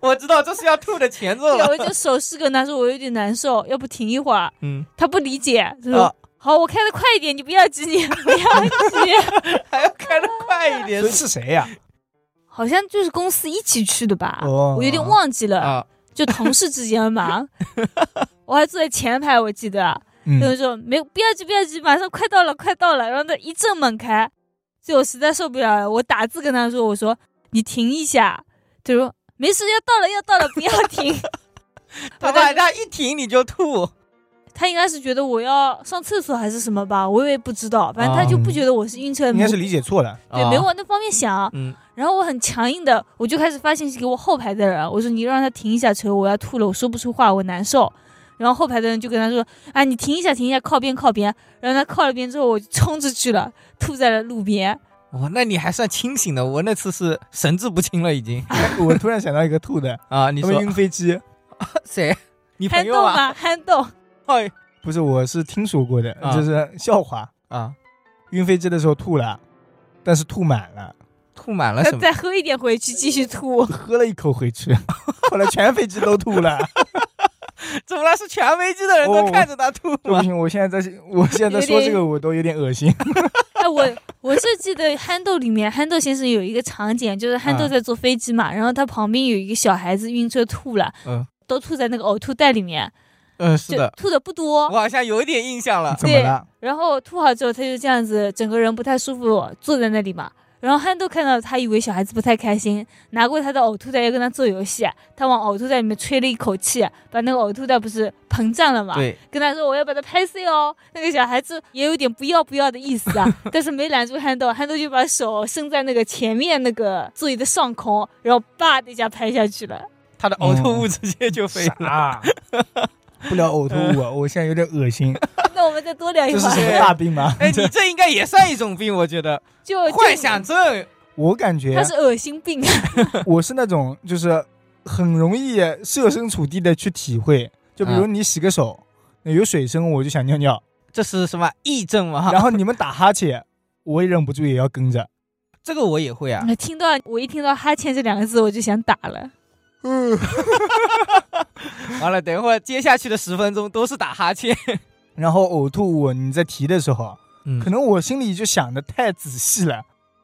S3: 我知道这是要吐的前奏
S2: 对，
S3: 了。
S2: 我就手势跟他说我有点难受，要不停一会儿。
S3: 嗯，
S2: 他不理解，他说、
S3: 啊
S2: 好，我开的快一点，你不要急，你 不要急。
S3: 还要开的快一点
S1: 所以是谁呀？
S2: 好像就是公司一起去的吧，
S1: 哦
S2: 我有点忘记了，
S3: 啊！
S2: 就同事之间嘛。我还坐在前排，我记得，
S1: 嗯
S2: 他就说没有不要急，不要急，马上快到了，快到了。然后他一阵猛开，最后我实在受不了了，我打字跟他说，我说你停一下，他说没事，要到了，要到了，不要停。
S3: 他把他一停你就吐，
S2: 他应该是觉得我要上厕所还是什么吧，我也不知道，反正他
S3: 啊
S2: 就不觉得我是晕车，
S1: 应
S2: 没
S1: 该是理解错了。
S2: 对，没往那方面想。
S3: 嗯，
S2: 然后我很强硬的，我就开始发信息给我后排的人，我说你让他停一下车，我要吐了，我说不出话，我难受。然后后排的人就跟他说：“啊，你停一下，停一下，靠边，靠边。”然后他靠了边之后，我就冲出去了，吐在了路边。
S3: 哇，那你还算清醒的，我那次是神志不清了已经
S1: 我突然想到一个吐的，
S3: 啊！你
S1: 他们
S3: 说
S1: 晕飞机，
S3: 谁？你朋
S2: 憨
S3: 友
S2: 豆
S3: 啊？
S2: 吗？憨豆，
S3: 哎
S1: 不是，我是听说过的，
S3: 啊
S1: 就是笑话。
S3: 啊，
S1: 晕飞机的时候吐了，但是吐满了，
S3: 吐满了什么？
S2: 再喝一点回去继续吐。
S1: 喝了一口回去， 后来全飞机都吐了。
S3: 怎么了？是全飞机的人
S1: 哦
S3: 都
S1: 我
S3: 看着他吐
S1: 对不
S3: 吗？
S1: 行，我现在在，我现在说这个我都有点恶心。
S2: 哎，哎，我我是记得《憨豆》里面，憨豆先生有一个场景，就是憨豆
S3: 嗯
S2: 在坐飞机嘛，然后他旁边有一个小孩子晕车吐了，
S3: 嗯
S2: 都吐在那个呕吐袋里面，
S3: 嗯，是
S2: 就
S3: 的，哦
S2: 吐的不多
S3: 我，好像有一点印象了。
S1: 怎么了？
S2: 然后吐好之后，他就这样子，整个人不太舒服，坐在那里嘛。然后憨豆看到他，以为小孩子不太开心，拿过他的呕吐袋要跟他做游戏，啊他往呕吐袋里面吹了一口气，把那个呕吐袋不是膨胀了嘛？
S3: 对，
S2: 跟他说我要把它拍碎哦。那个小孩子也有点不要不要的意思啊，但是没拦住憨豆，憨豆就把手伸在那个前面那个座椅的上空，然后叭的一下拍下去了。
S3: 他的呕吐物直接就飞了。
S1: 啥？ 不聊呕吐物啊，我现在有点恶心。
S2: 那我们再多聊一
S1: 这是
S2: 会
S1: 什么
S2: 儿，
S1: 大病吗？
S3: 哎，你这应该也算一种病，我觉得
S2: 就
S3: 幻想，症。
S1: 我感
S2: 就
S1: 觉
S2: 他是恶心病，啊
S1: 我是那种就是很容易设身处地的去体会，就比如你洗个手，那有水声我就想尿尿，
S3: 这是什么癔症吗？
S1: 然后你们打哈欠，我也忍不住也要跟着。
S3: 这个我也会啊，
S2: 听到我一听到哈欠这两个字我就想打了。
S1: 嗯，
S3: 完了，等一会儿接下去的十分钟都是打哈欠。
S1: 然后呕吐物你在提的时候啊，
S3: 嗯
S1: 可能我心里就想的太仔细了，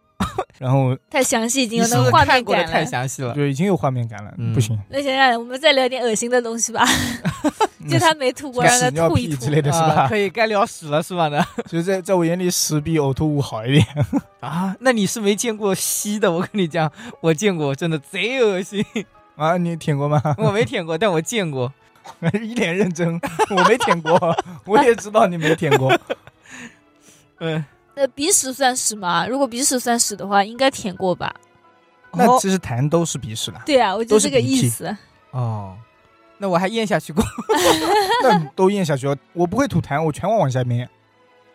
S1: 然后
S2: 太详细，已经有
S3: 你是
S2: 那
S3: 不
S2: 个
S3: 是
S2: 画
S3: 看
S2: 面
S3: 过的
S2: 感
S3: 太
S2: 了。
S3: 详细 了？
S1: 就已经有画面感了，
S3: 嗯
S1: 不行，
S2: 那想想，我们再聊点恶心的东西吧。就他没吐过，
S1: 那
S2: 让
S1: 是
S2: 他
S1: 屎嗯尿
S2: 吐一
S1: 屁
S2: 吐
S1: 之。类的是
S3: 啊
S1: 吧？
S3: 可以该聊屎了是吧？呢
S1: 所以在在我眼里，屎比呕吐物好一点。
S3: 啊，那你是没见过吸的，我跟你讲，我见过，真的贼恶心。
S1: 啊，你舔过吗？
S3: 我没舔过，但我见过。
S1: 一脸认真，我没舔过，我也知道你没舔
S2: 哦
S1: 过。
S3: 嗯，
S2: 那呃鼻屎算屎吗？如果鼻屎算屎的话，应该舔过吧？
S1: 那
S3: 哦
S1: 其实痰都是鼻屎 了，
S2: 对啊，我就
S1: 都是
S2: 这个
S1: 鼻涕
S2: 意思。
S3: 哦，那我还咽下去过。
S1: 那你都咽下去了。我不会吐痰，我全往往下面咽。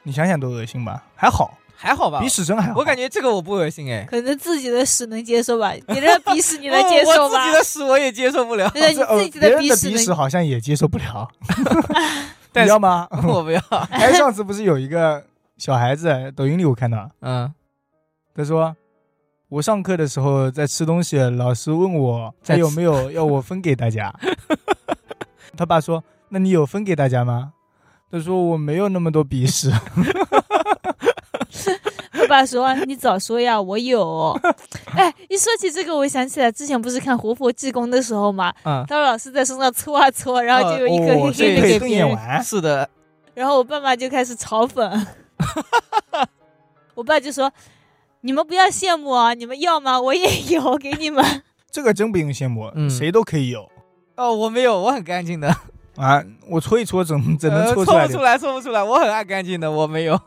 S1: 你想想都恶心吧？还好，
S3: 还好吧，
S1: 鼻屎真还好。
S3: 我感觉这个我不恶心哎，
S2: 可能自己的屎能接受 吧，别人的鼻屎你能接
S3: 哦
S2: 受
S3: 我
S2: 吧
S3: 自己？的屎我也接受 不了，
S2: 对
S1: 这呃
S2: 对，你自己
S1: 别人
S2: 鼻
S1: 的哦
S2: 屎
S1: 鼻屎
S2: 能。
S1: 好像也接受不 了，
S3: 但
S1: 你
S3: 是
S1: 要 吗？
S3: 我 不要。
S1: 哎，上次不是有一个小孩子，抖音里我看到，
S3: 嗯，
S1: 他说我上课的时候在吃东西，老师问我
S3: 在
S1: 还
S3: 吃
S1: 有没有要我分给大 家。他爸说：“那你有分给大家吗？”他说：“我没有那么多鼻 屎。
S2: 爸爸说：“你早说呀，我有。” 哎，一说起这个，我想起来之前不是看《活佛济公》的时候嘛，
S3: 嗯
S2: 他说老师在身上搓啊搓，然后就有一颗黑
S1: 哦，
S2: 黑
S1: 这
S2: 的
S1: 可以
S2: 给
S1: 顿
S2: 别
S1: 演
S2: 人，
S1: 完，
S3: 是的，
S2: 然后我爸妈就开始 嘲讽，我爸就说：“你们不要羡慕啊，你们要吗？我也有给你们。
S1: 这个真不用羡慕，
S3: 嗯
S1: 谁都可以有
S3: 哦，我没有，我很干净的，
S1: 啊！我搓一搓，怎怎能
S3: 呃
S1: 搓
S3: 搓
S1: 出来
S3: 不
S1: 点？
S3: 出来，搓不出来，我很爱干净的，我没有。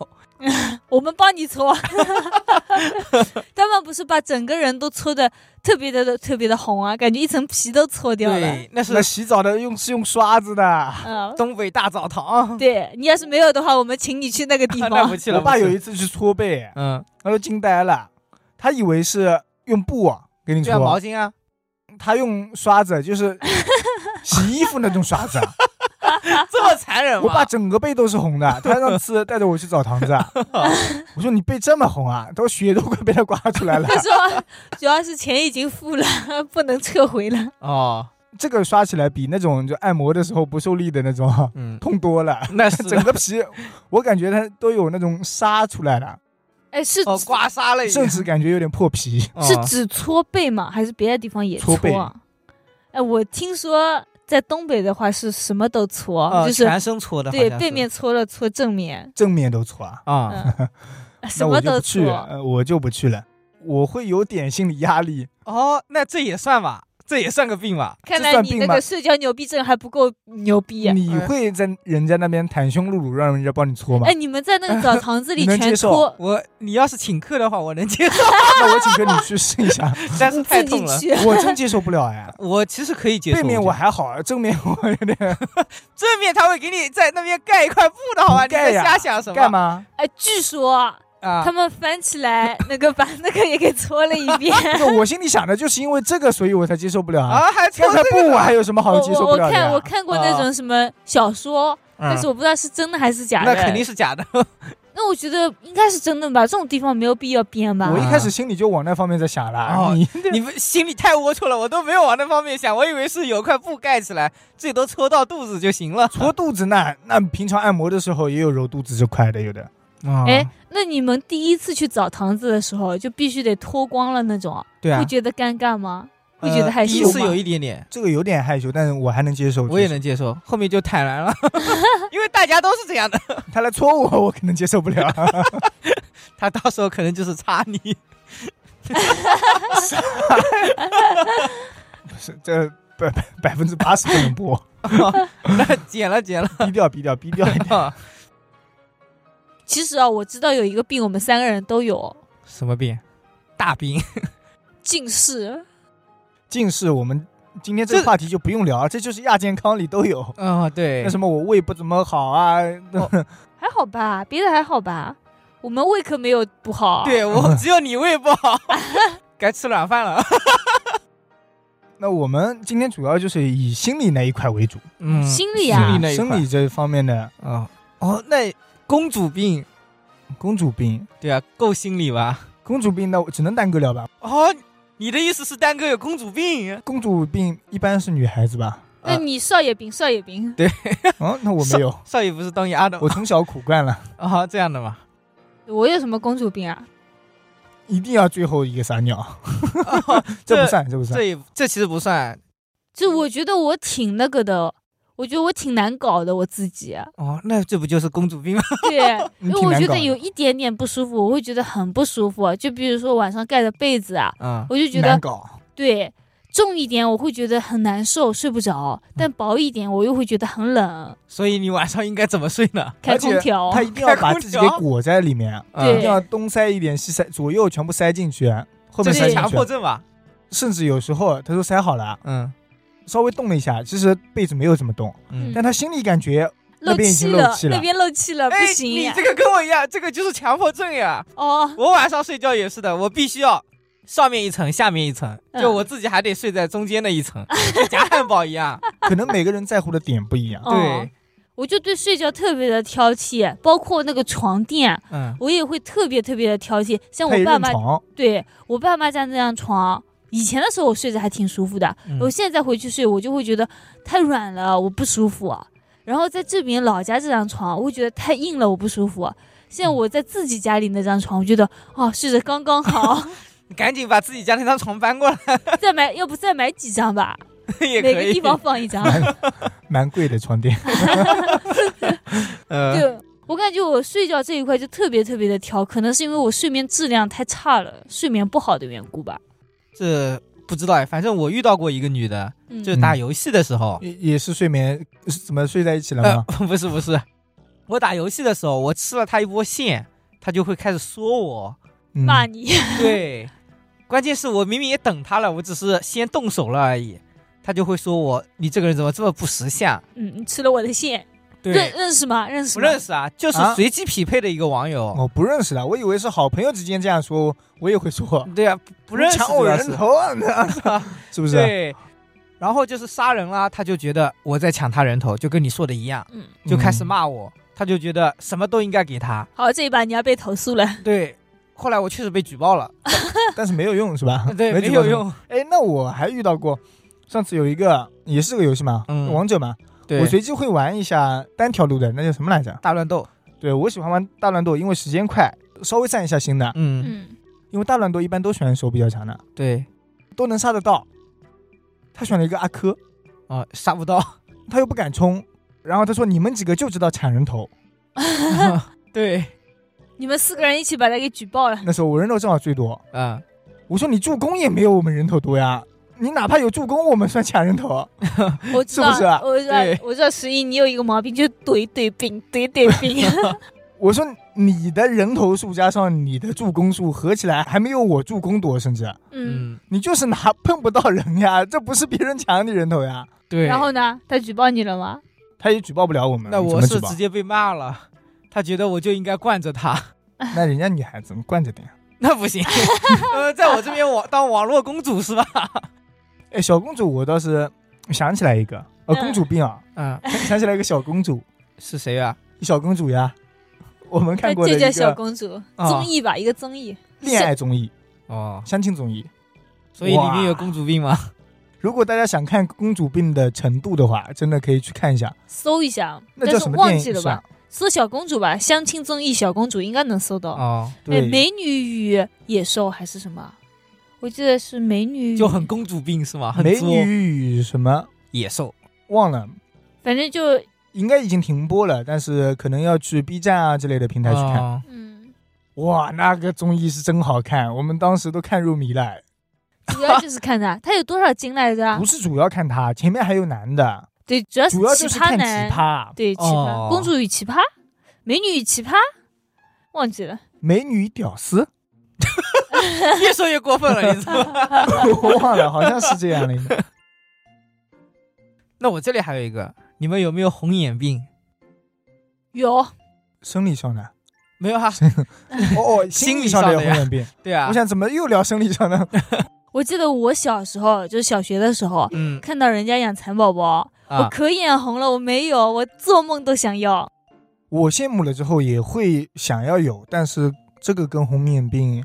S2: 我们帮你搓。 他们不是把整个人都搓的特别的特别的红啊，感觉一层皮都搓掉了。
S3: 对，那是
S1: 那洗澡的用是用刷子的。
S2: 嗯，
S3: 东北大澡堂。
S2: 对你要是没有的话，我们请你去那个地
S3: 那
S2: 方
S3: 不。去了。
S1: 我爸
S3: 不去
S1: 有
S3: 了
S1: 一次去搓背，
S3: 嗯，
S1: 他说惊呆了，他以为是用布啊给你
S3: 就像毛
S1: 搓，
S3: 巾啊，
S1: 他用刷子，就是洗衣服那种刷子 啊。
S3: 这么残忍吗？
S1: 我爸整个背都是红的。他上 次带着我去澡堂子啊，我说你背这么红啊，他说血都快被他刮出 来了
S2: 他。说，主要是钱已经付了， 不能撤回了。
S3: 哦，
S1: 这个刷起来比那种就按摩的时候不受力的那种
S3: 嗯，
S1: 痛多了。
S3: 那是
S1: 整个皮，我感觉它都有那种沙出来了，
S2: 哎，是
S3: 哦刮痧了已经
S1: 甚，至感觉有点破皮。
S3: 哦
S2: 是只搓背吗？还是别的地方也
S1: 搓背
S2: 啊？哎，我听说在东北的话是什么都搓，
S3: 哦
S2: 就是
S3: 全身搓的，
S2: 对
S3: 好像是
S2: 背面搓了搓正面，
S1: 正面都搓啊，
S3: 啊，
S2: 嗯，什
S1: 那我
S2: 么
S1: 就
S2: 都
S1: 不去，
S2: 搓。
S1: 呃我就不去了。我会有点心理压力，
S3: 哦，那这也算吧，这也算个病吧？
S2: 看
S1: 这
S2: 来
S1: 算
S2: 你
S1: 病
S2: 那
S1: 吗
S2: 个社交牛逼症还不够牛逼。啊
S1: 你会在人家那边袒胸露乳，让人家帮你搓吗
S2: 嗯哎，？你们在那个澡堂子里
S1: 嗯 你能
S2: 全
S1: 接受
S2: 搓，
S3: 我你要是请客的话，我能 接受，
S1: 那我请求你去试一下，
S3: 但是太
S2: 自己
S3: 痛了。
S2: 去。
S1: 我真接受不了哎。
S3: 我其实可以接
S1: 背
S3: 受，
S1: 面我
S3: 觉得
S1: 还好，啊正面我有点
S3: 正面他会给你在那边盖一块布的好吧？
S1: 不
S3: 你
S1: 盖
S3: 在
S1: 呀
S3: 瞎想什么？
S1: 干嘛？
S2: 哎，据说
S3: 啊
S2: 他？们翻起来那个把 那个也给搓了一遍。
S1: 这个我心里想的就是因为这个，所以我才接受不了啊。
S3: 啊，还搓
S1: 刚才
S3: 这
S1: 不，
S3: 个
S1: 我还有什么 好
S2: 我
S1: 接受
S2: 我
S1: 不
S2: 我
S1: 了啊的
S2: 看我
S1: 呀？
S2: 看过那种什么小说，但是
S3: 嗯
S2: 我不知道是真的还是假的。
S3: 那肯定是假的。
S2: 那我觉得应该是真的吧，这种地方没有必要编啊吧啊
S1: 我。一开始心里就往那方面在想
S3: 哦
S1: 了，你
S3: 你们心里太龌龊了，我都没有往那方面想，我以为是有块布盖起来，最多戳到肚子就行了。
S1: 搓肚子那那平常按摩的时候也有揉肚子这块的，有的啊，
S2: 哎，那你们第一次去澡堂子的时候，就必须得脱光了那种，
S3: 对啊
S2: 会，觉得尴尬吗？会
S3: 呃
S2: 觉得害
S3: 第一
S2: 羞吗？
S3: 次有一点点，
S1: 这个有点害羞，但是我还能接受。
S3: 我也能接受， 后面就坦然了，因为大家都是这样的。
S1: 就是，他来戳我，我可能接受不了。
S3: 他到时候可能就是插你，
S1: 不是，这百百分之八十不 能播，
S3: 哦那剪了剪了。哦
S1: 低调低调低调一
S3: 哎
S1: 点。
S2: 其实啊，我知道有一个病，我们三个人都有
S3: 什么病？大病。
S2: 近视。
S1: 近视，我们今天这个
S3: 这
S1: 话题就不用聊了，这就是亚健康里都有。
S3: 啊、对
S1: 那。什么我胃不怎么好啊，
S2: 还好吧，别的还好吧。我们胃可没有不好。，
S3: 对我只有你胃不好， 该吃软饭了。
S1: 那我们今天主要就是以心理那一块为主，
S3: 嗯
S2: 心理啊
S3: 心理那一块
S1: 生理这方面的
S3: 哦哦，那公主病，
S1: 公主病，
S3: 对啊，够心理吧？
S1: 公主病那我只能单个聊吧。
S3: 哦，你的意思是丹哥有公主病？
S1: 公主病一般是女孩子 吧？
S3: 呃
S2: 那你少爷病，少爷病。
S1: 嗯，那我没有，
S3: 少爷不是当丫的吗
S1: 我从小苦惯了，
S3: 啊、这样的嘛？
S2: 我有什么公主病啊？
S1: 一定要最后一个撒尿， 这不算，这不算
S3: 这。也这其实不算
S2: 就我觉得我挺那个的，我觉得我挺难搞的我自 己。
S3: 哦，那这不就是公主病吗？
S2: 对，
S1: 你
S2: 因
S1: 挺
S2: 为我
S1: 难
S2: 觉
S1: 搞
S2: 得
S1: 的
S2: 有一点点不舒服，我会觉得很不舒服。就比如说晚上盖的被子啊，
S3: 啊、
S2: 我就觉
S1: 难
S2: 得
S1: 搞，
S2: 对重一点我会觉得很难受，睡不着；
S1: 嗯
S2: 但薄一点我又会觉得很冷，
S3: 所以你晚上应该怎么睡呢？
S2: 开空调。
S1: 他一定要把自己给
S3: 开空调
S1: 裹在里 面，
S3: 啊
S1: 一定
S2: 对
S1: 要东塞一点，西塞，左右全部塞进去，后
S3: 这
S1: 面塞
S3: 是
S1: 进
S3: 强迫
S1: 去。
S3: 症吧？
S1: 甚至有时候他说塞好了，啊
S3: 嗯
S1: 稍微动了一下，其实被子没有怎么动，
S3: 嗯
S2: 嗯。
S1: 但他心里感觉
S2: 漏
S1: 那边已
S2: 气
S1: 经
S2: 了
S1: 漏气，了
S2: 那边漏气了，不
S3: 哎，
S2: 行
S3: 你这个跟我一样，这个就是强迫症呀。
S2: 哦。
S3: 我晚上睡觉也是的，我必须要上面一层，下面一层，
S2: 嗯
S3: 就我自己还得睡在中间那一 层，就夹汉堡一样。
S1: 可能每个人在乎的点不一样。
S2: 哦
S3: 对，
S2: 我就对睡觉特别的挑剔，包括那个床垫，
S3: 嗯，
S2: 我也会特别特别的挑剔。像
S1: 他
S2: 我
S1: 也
S2: 爸啊
S1: 认
S2: 妈，
S1: 床，
S2: 对我爸妈家那张床，以前的时候我睡着还挺舒服的，
S3: 嗯
S2: 我现在回去睡，我就会觉得太软了，我不舒服。然后在这边老家这张床，我会觉得太硬了，我不舒服。现在我在自己家里那张床，我觉得哦睡着刚刚 好，
S3: 你赶紧把自己家那张床搬过来
S2: 再买要不再买几张吧，
S3: 也
S2: 每
S3: 可
S2: 个地
S3: 以。
S2: 方放一 张。
S1: 蛮贵的床垫。
S3: 呃，
S2: 就我感觉我睡觉这一块就特别特别的挑，可能是因为我睡眠质量太差了，睡眠不好的缘故吧。
S3: 这不知道哎，反正我遇到过一个女的，
S2: 嗯，
S3: 就打游戏的时候，
S1: 也也是睡眠，是怎么睡在一起了
S3: 呃
S1: 吗？，
S3: 不是不是，我打游戏的时候，我吃了她一波线，她就会开始说我。
S1: 嗯
S2: 骂你，
S3: 对，关键是我明明也等她了，我只是先动手了而已，她就会说我你这个人怎么这么不识相？
S2: 嗯，你吃了我的线，认
S3: 对，
S2: 认识吗？认识
S3: 不
S2: 吗？
S3: 认识啊，就是
S1: 啊哦
S3: 随机匹配的一个网友。
S1: 我不认识的，我以为是好朋友之间这样说，我也会说
S3: 对啊，不不认识
S1: 抢我
S3: 主要
S1: 人
S3: 是
S1: 头啊， 那是不啊是？
S3: 对，然后就是杀人啦，他就觉得我在抢他人头，就跟你说的一样，
S2: 嗯，
S3: 就开始骂我，他就觉得什么都应该给他。
S2: 好，这一把你要被投诉了。
S3: 对，后来我确实被举报了，？
S1: 但是没有用是吧
S3: 对，没
S1: 啊举报
S3: 有
S1: 什么。
S3: 用。
S1: 哎，那我还遇到过，上次有一个也是个游戏嘛，
S3: 嗯
S1: 王者嘛，
S3: 对
S1: 我，随机会玩一下单条路的，那叫什么来着？
S3: 大乱斗，
S1: 对我喜欢玩大乱斗，因为时间快，稍微散一下心的。
S3: 嗯，
S2: 嗯，
S1: 因为大乱斗一般都选手比较强的，
S3: 对，
S1: 都能杀得到。他选了一个阿珂，
S3: 哦，杀 不到，
S1: 他又不敢冲，然后他说：“你们几个就知道砍人头。
S3: 对，
S2: 你们四个人一起把他给举报了”。
S1: 那时候我人头正好最多，
S3: 嗯，
S1: 我说：“你助攻也没有我们人头多呀，你哪怕有助攻，我们算抢人头。
S2: 我知道，
S1: 是不是啊
S2: 我知道
S3: 对，
S2: 我知道，十一，你有一个毛病，就是怼怼饼，怼怼 饼。”
S1: 我说：“你的人头数加上你的助攻数合起来，还没有我助攻多，甚至
S2: 嗯，
S3: 嗯，
S1: 你就是拿碰不到人呀， 这不是别人抢你人头呀。”
S3: 对。
S2: 然后呢，他举报你了吗？
S1: 他也举报不了我们。
S3: 那
S1: 啊你怎
S3: 我
S1: 么举
S3: 是
S1: 报
S3: 直接被骂了，他觉得我就应该惯着他。
S1: 那人家女孩子惯着点。
S3: 那 不行，呃，在我这边网当网络公主是吧？
S1: 哎，小公主，我倒是想起来一个，呃，
S2: 嗯
S1: 公主病 啊，
S3: 嗯，
S1: 想想起来一个小公主，
S3: 是谁啊？
S1: 小公主呀，我们看过的
S2: 这
S1: 一
S2: 叫小
S1: 个
S2: 公主
S3: 啊
S2: 综艺吧，一个综艺。
S1: 恋爱综艺、
S3: 哦，
S1: 相亲综艺。
S3: 所以里面有
S1: 哇
S3: 公主病吗？
S1: 如果大家想看公主病的程度的话，真的可以去看一下。
S2: 搜一下，
S1: 那
S2: 但
S1: 叫
S2: 是
S1: 什么
S2: 忘
S1: 电
S2: 记
S1: 影
S2: 了
S1: 是吧
S2: 吧？？搜小公主吧，相亲综艺小公主应该能搜到。
S3: 哦，
S1: 啊
S2: 哎，
S1: 对，
S2: 美女与野兽还是什么？我记得是美女与，
S3: 就很公主病是吗？很
S1: 嗯美
S3: 作
S1: 女与什么
S3: 野兽，
S1: 忘了，
S2: 反正就
S1: 应该已经停播了，但是可能要去 B 站啊之类的平台去看。
S3: 哦
S2: 嗯，
S1: 哇，那个综艺是真好看，我们当时都看入迷了。
S2: 主要就是看 他，他有多少斤来着
S1: 不？是主要看他，前面还有男的，
S2: 对，主要啊是
S1: 主要就是看奇
S2: 男，
S1: 葩。
S2: 对奇葩、
S3: 哦
S2: 公主与奇葩，美女与奇葩，忘记了。
S1: 美女与屌丝，
S3: 越说越过分了，你知道吗？
S1: 我忘了，好像是这样的一个。
S3: 那我这里还有一个，你们有没有红眼病？
S2: 有
S1: 生理上的，
S3: 没有啊，
S1: 哦哦，
S3: 心
S1: 心
S3: 理
S1: 理上
S3: 上
S1: 的
S3: 的
S1: 红
S3: 呀
S1: 眼病。
S3: 对啊
S1: 我，想怎么又聊生理上的？
S2: 我记得我小时候，就是小学的时候，
S3: 嗯
S2: 看到人家养蚕宝宝，我
S3: 啊，
S2: 可眼红了。我没有，我做梦都想要。
S1: 我羡慕了之后也会想要有，但是这个跟红眼病，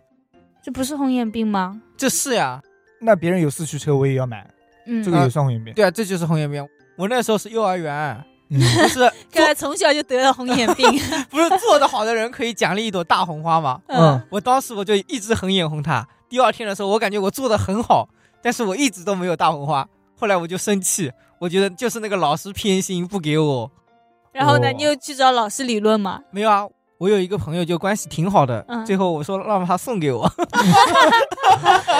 S2: 这不是红眼病吗？
S3: 这是呀，
S1: 那别人有四驱车我也要买，
S2: 嗯，
S1: 这个也算红眼病。
S3: 对啊，这就是红眼病。我那时候是幼儿园，
S1: 嗯，
S3: 不 是
S2: 看来从小就得了红眼病。
S3: 不是做得好的人可以奖励一朵大红花吗？
S1: 嗯，
S3: 我当时我就一直很眼红他。第二天的时候，我感觉我做的很好，但是我一直都没有大红花。后来我就生气，我觉得就是那个老师偏心不给我。
S2: 然后呢，
S1: 哦
S2: 你又去找老师理论 嘛？
S3: 没有啊，我有一个朋友就关系挺好的，
S2: 嗯
S3: 最后我说让他送给我。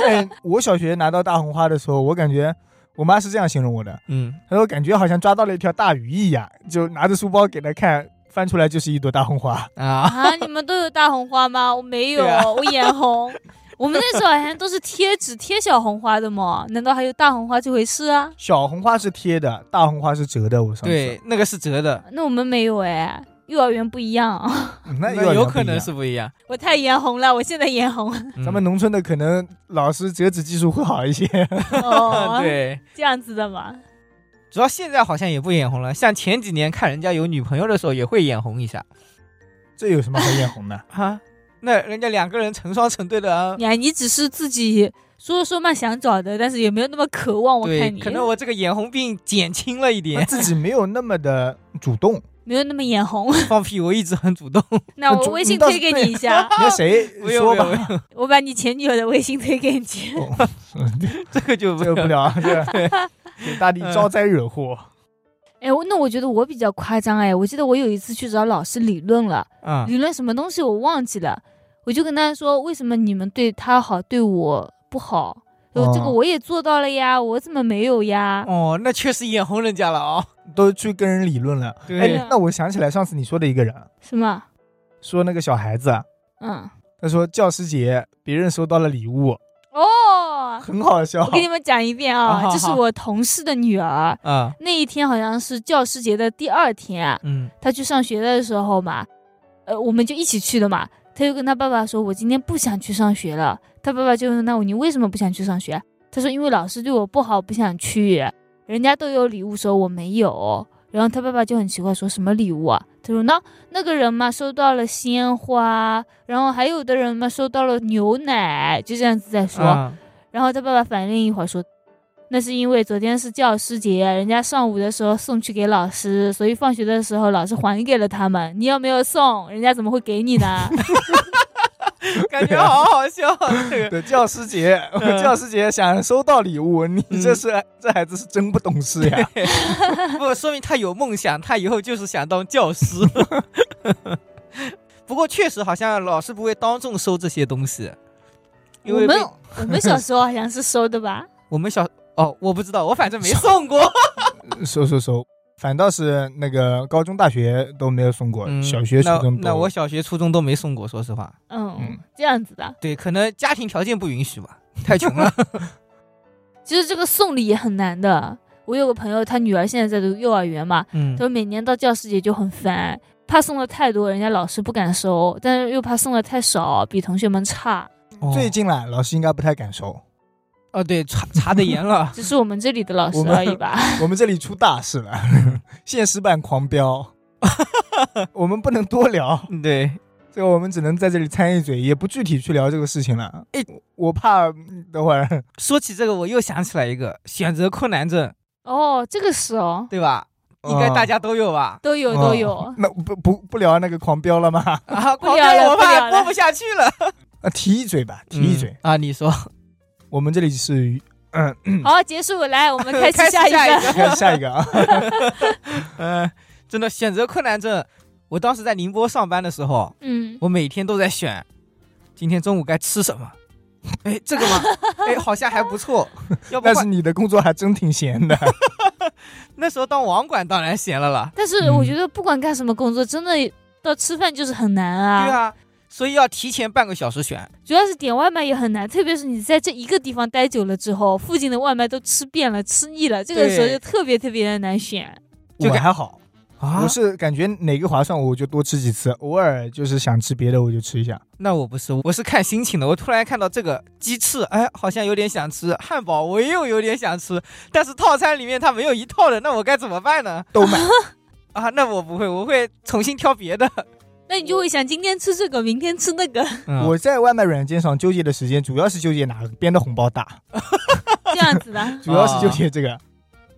S1: 哎，我小学拿到大红花的时候，我感觉我妈是这样形容我的，
S3: 嗯，
S1: 她说感觉好像抓到了一条大鱼一样，就拿着书包给她看，翻出来就是一朵大红花。
S3: 啊，
S2: 啊，你们都有大红花吗？我没有，
S3: 对啊
S2: 我眼 红。我们那时候好像都是贴纸贴小红花的嘛，难道还有大红花这回事啊？
S1: 小红花是贴的，大红花是折的。我上次
S3: 对，那个是折的，
S2: 那我们没有哎，幼儿园不一样 啊。
S1: 嗯那
S3: 那
S1: 幼儿园
S3: 有
S1: 不
S3: 可
S1: 一
S3: 能
S1: 样
S3: 是不一样。
S2: 我太眼红了，我现在眼 红。
S3: 嗯
S1: 咱们农村的，可能老师折纸技术会好一些。
S2: 哦，，
S3: 对，
S2: 这样子的嘛。
S3: 主要现在好像也不眼红了。像前几年看人家有女朋友的时候，也会眼红一下
S1: 这有什么好眼红的？
S3: 啊。那人家两个人成双成对的啊，
S2: 呀，你只是自己说说嘛想找的，但是也没有那么渴望。我
S3: 对
S2: 看，你
S3: 可能我这个眼红病减轻了一
S1: 那
S3: 点。
S1: 啊自己没有那么的主 动。
S2: 没有那么眼红。
S3: 放屁，我一直很主动。
S2: 那
S1: 那
S2: 我
S1: 主
S2: 微信
S1: 你倒是
S2: 推给你一下，
S1: 你看谁
S3: 没有
S1: 说
S3: 没有
S1: 吧？
S2: 我把你前女友的微信推给你。
S1: 哦
S3: 这个就
S1: 这个不。 聊，啊这个给大地
S3: 嗯
S1: 招灾惹祸。
S2: 哎，我那我觉得我比较夸张哎，我记得我有一次去找老师理论了，
S3: 嗯
S2: 理论什么东西我忘记了，我就跟他说为什么你们对他好对我不好，
S1: 哦
S2: 这个我也做到了呀，我怎么没有呀？
S3: 哦，那确实眼红人家了哦。
S1: 都去跟人理论了。
S3: 对啊
S1: 哎，那我想起来上次你说的一个人，
S2: 什么？
S1: 说那个小孩子，啊
S2: 嗯，
S1: 他说教师节别人收到了礼物，
S2: 哦，
S1: 很好笑
S2: 我。给你们讲一遍
S3: 好好
S2: 啊，
S3: 哦好
S2: 这是我同事的女儿。
S3: 啊，
S2: 那一天好像是教师节的第二天啊，
S3: 嗯
S2: 她去上学的时候嘛，呃，我们就一起去的嘛。她就跟她爸爸说：“我今天不想去上学了。”她爸爸就问：“那我你为什么不想去上学？”她说：“因为老师对我不好，不想去。人家都有礼物收，我没有。”然后她爸爸就很奇怪，说什么礼物啊？她说：“那那个人嘛，收到了鲜花，然后还有的人嘛，收到了牛奶，就这样子在说。
S3: 啊
S2: 然后他爸爸反应一会儿说，那是因为昨天是教师节，人家上午的时候送去给老师，所以放学的时候老师还给了他们。你要没有送，人家怎么会给你呢？
S3: 感觉好好笑啊。这个
S1: 对，教师节，
S3: 嗯
S1: 教师节想收到礼物，你
S3: 嗯
S1: 这是这孩子是真不懂事呀。
S3: 不说明他有梦想，他以后就是想当教师。 不过确实好像老师不会当众收这些东西，因
S2: 我
S3: 为
S2: 们
S3: 被
S2: 我们小时候好像是收的吧？
S3: 我们小哦，我不知道，我反正没送过。
S1: 收收收，反倒是那个高中、大学都没有送过，
S3: 嗯
S1: 小学、初中
S3: 那那
S1: 都
S3: 我小学、初中都没送过，说实话。
S2: 嗯，
S1: 嗯
S2: 这样子的。
S3: 对，可能家庭条件不允许吧，太 穷了。
S2: 其实这个送礼也很难的。我有个朋友，他女儿现在在读幼儿园嘛，
S3: 嗯
S2: 他，说每年到教师节就很烦，怕送的太多，人家老师不敢收，但是又怕送的太少，比同学们差。。
S1: 最
S3: 最
S1: 近啦，老师应该不太敢收，
S3: 哦，对，查查的严了
S2: 只是我们这里的老
S1: 我
S2: 师
S1: 们
S2: 而已吧。
S1: 我们这里出大事了， 现实版狂飙， 我们不能多聊，
S3: 嗯对，
S1: 这个我们只能在这里掺一嘴，也不具体去聊这个事情了。哎，我怕嗯等会儿
S3: 说起这个，我又想起来一个选择困难症，
S2: 哦，这个是哦，
S3: 对吧？应
S1: 啊
S3: 该大家都有吧？
S2: 都有
S1: 嗯
S2: 都有。
S1: 那不不不聊那个狂飙了吗？
S3: 啊，
S2: 不
S3: 狂
S2: 聊
S3: 飙
S2: 了
S3: 我
S2: 不
S3: 怕
S2: 聊
S3: 也播
S2: 了
S3: 不下去了。
S1: 啊，提一嘴吧，提一嘴。
S3: 嗯啊，你说，
S1: 我们这里 是嗯，
S2: 好，结束，来，我们开始
S3: 开始
S2: 下一
S3: 下一
S2: 个。
S3: 个
S1: 看下一个啊，
S3: 嗯，真的选择困难症。我当时在宁波上班的时候，
S2: 嗯，
S3: 我每天都在选，今天中午该吃什么？哎，这个吗？哎，好像还 不错。要不
S1: 但
S3: 换
S1: 是你的工作还真挺闲的。
S3: 那时候当网管当然闲了啦。
S2: 但是我
S1: 嗯
S2: 觉得不管干什么工作，真的到吃饭就是很难
S3: 对
S2: 啊。
S3: 啊，所以要提前半个小时选。
S2: 主要是点外卖也很难，特别是你在这一个地方待久了之后，附近的外卖都吃遍了、吃腻了，这个时候
S3: 对
S2: 就特别特别的难选。
S3: 就
S1: 我
S3: 感
S1: 还好，
S3: 啊
S1: 我是感觉哪个划算我就多吃几次，偶尔就是想吃别的我就吃一 下。
S3: 那我不是，我是看心情的。我突然看到这个鸡翅，哎，好像有点想吃；汉堡我又有点想吃，但是套餐里面它没有一套的，那我该怎么办呢？
S1: 都买
S3: 啊，那我不会，我会重新挑别的。
S2: 那你就会想今天吃这个，明天吃那个，
S3: 嗯
S1: 我在外卖软件上纠结的时间，主要是纠结哪边的红包大，
S2: 这样子 的。
S1: 主要是纠结这
S3: 啊
S1: 个。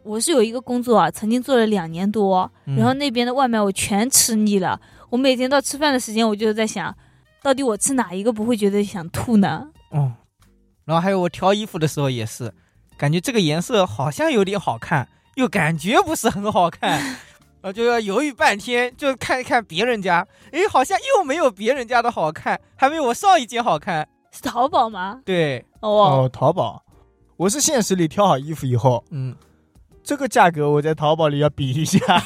S2: 我是有一个工作啊，曾经做了两年多，然后那边的外卖我全吃腻了。我每天到吃饭的时间，我就在想，到底我吃哪一个不会觉得想吐呢？
S3: 哦，然后还有我挑衣服的时候也是，感觉这个颜色好像有点好看，又感觉不是很好看， 然后就要犹豫半天，就看一看别人家，诶，好像又没有别人家的好看，还没有我上一件好看。
S2: 是淘宝吗？
S3: 对，
S2: 哦，
S1: 哦，淘宝，我是现实里挑好衣服以后，
S3: 嗯，
S1: 这个价格我在淘宝里要比一 下。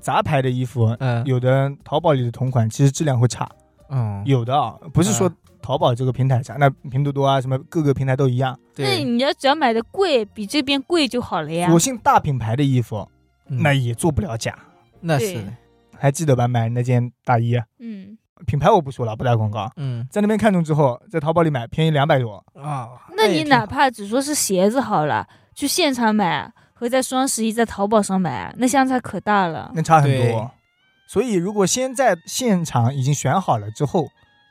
S1: 杂牌的衣服，
S3: 嗯
S1: 有的淘宝里的同款其实质量会差，
S3: 嗯，
S1: 有的啊，不是说
S3: 嗯
S1: 淘宝这个平台差，那拼多多啊什么各个平台都一样。
S2: 那
S3: 对，
S2: 你要只要买的贵，比这边贵就好了呀。
S1: 索性大品牌的衣服，
S3: 嗯
S1: 那也做不了假。
S3: 那
S2: 对
S3: 是，
S1: 还记得吧？买那件大衣，啊
S2: 嗯，
S1: 品牌我不说了，不打广告。
S3: 嗯
S1: 在那边看中之后，在淘宝里买便宜两百多，
S3: 啊，
S2: 那你
S3: 也挺
S2: 哪
S3: 好
S2: 怕只说是鞋子好了，去现场买和在双十一在淘宝上买，那相差可大了。
S1: 那差很
S3: 对
S1: 多。所以如果先在现场已经选好了之后，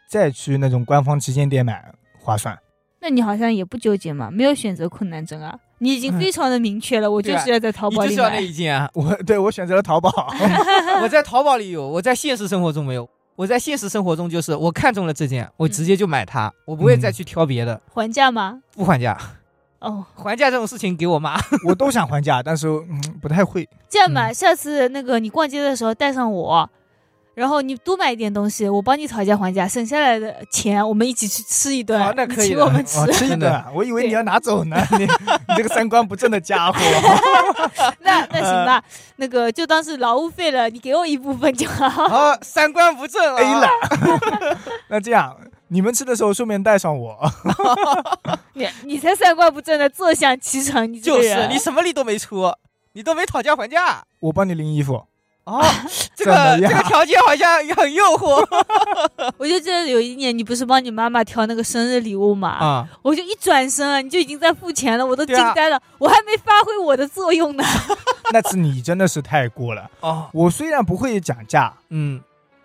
S1: 再去那种官方旗舰店买划算。！
S2: 那你好像也不纠结嘛，没有选择困难症啊，你已经非常的明确了，我
S3: 嗯对
S2: 就
S3: 啊
S2: 是要在淘
S3: 你
S2: 宝
S3: 就
S2: 里
S3: 是要那
S2: 买。
S3: 一件啊
S1: 我对我选择了淘宝，
S3: 我在淘宝里有，我在现实生活中没有。我在现实生活中就是我看中了这件，我直接就买它，我不会再
S1: 嗯
S3: 去挑别的，
S2: 还价吗？
S3: 不还价。
S2: 哦，
S3: 还价这种事情给我妈。
S1: 我都想还价，但是嗯不太会。
S2: 这样
S3: 嗯
S2: 吧，下次那个你逛街的时候带上我，然后你多买一点东西，我帮你讨价还价，省下来的钱我们一起去吃一顿，
S3: 好那
S2: 你
S3: 可以
S2: 请
S3: 的
S2: 我们吃。
S1: 哦，吃一
S3: 真的
S1: 顿，我以为你要拿走 呢，你你这个三观不正的家伙。啊
S2: 那那行
S1: 呃
S2: 吧，那个就当是劳务费了，你给我一部分就 好。
S3: 啊，三观不正
S1: A
S3: 啊！
S1: 了。 那这样，你们吃的时候顺便带上我。
S2: 你你才三观不正呢，坐享其成，你这
S3: 就
S2: 个
S3: 是
S2: 人
S3: 你什么力都没出，你都没讨价还价。
S1: 我帮你拎衣服，
S3: 哦，这
S1: 怎么
S3: 个这
S1: 样
S3: 个条件好像也很诱惑
S2: 我就记得有一年你不是帮你妈妈挑那个生日礼物嘛，
S3: 啊！
S2: 我就一转身啊，你就已经在付钱了，我都惊
S3: 对啊
S2: 呆了，我还没发挥我的作用呢。
S1: 那次你真的是太过了。
S3: 哦，
S1: 我虽然不会讲价，
S3: 嗯，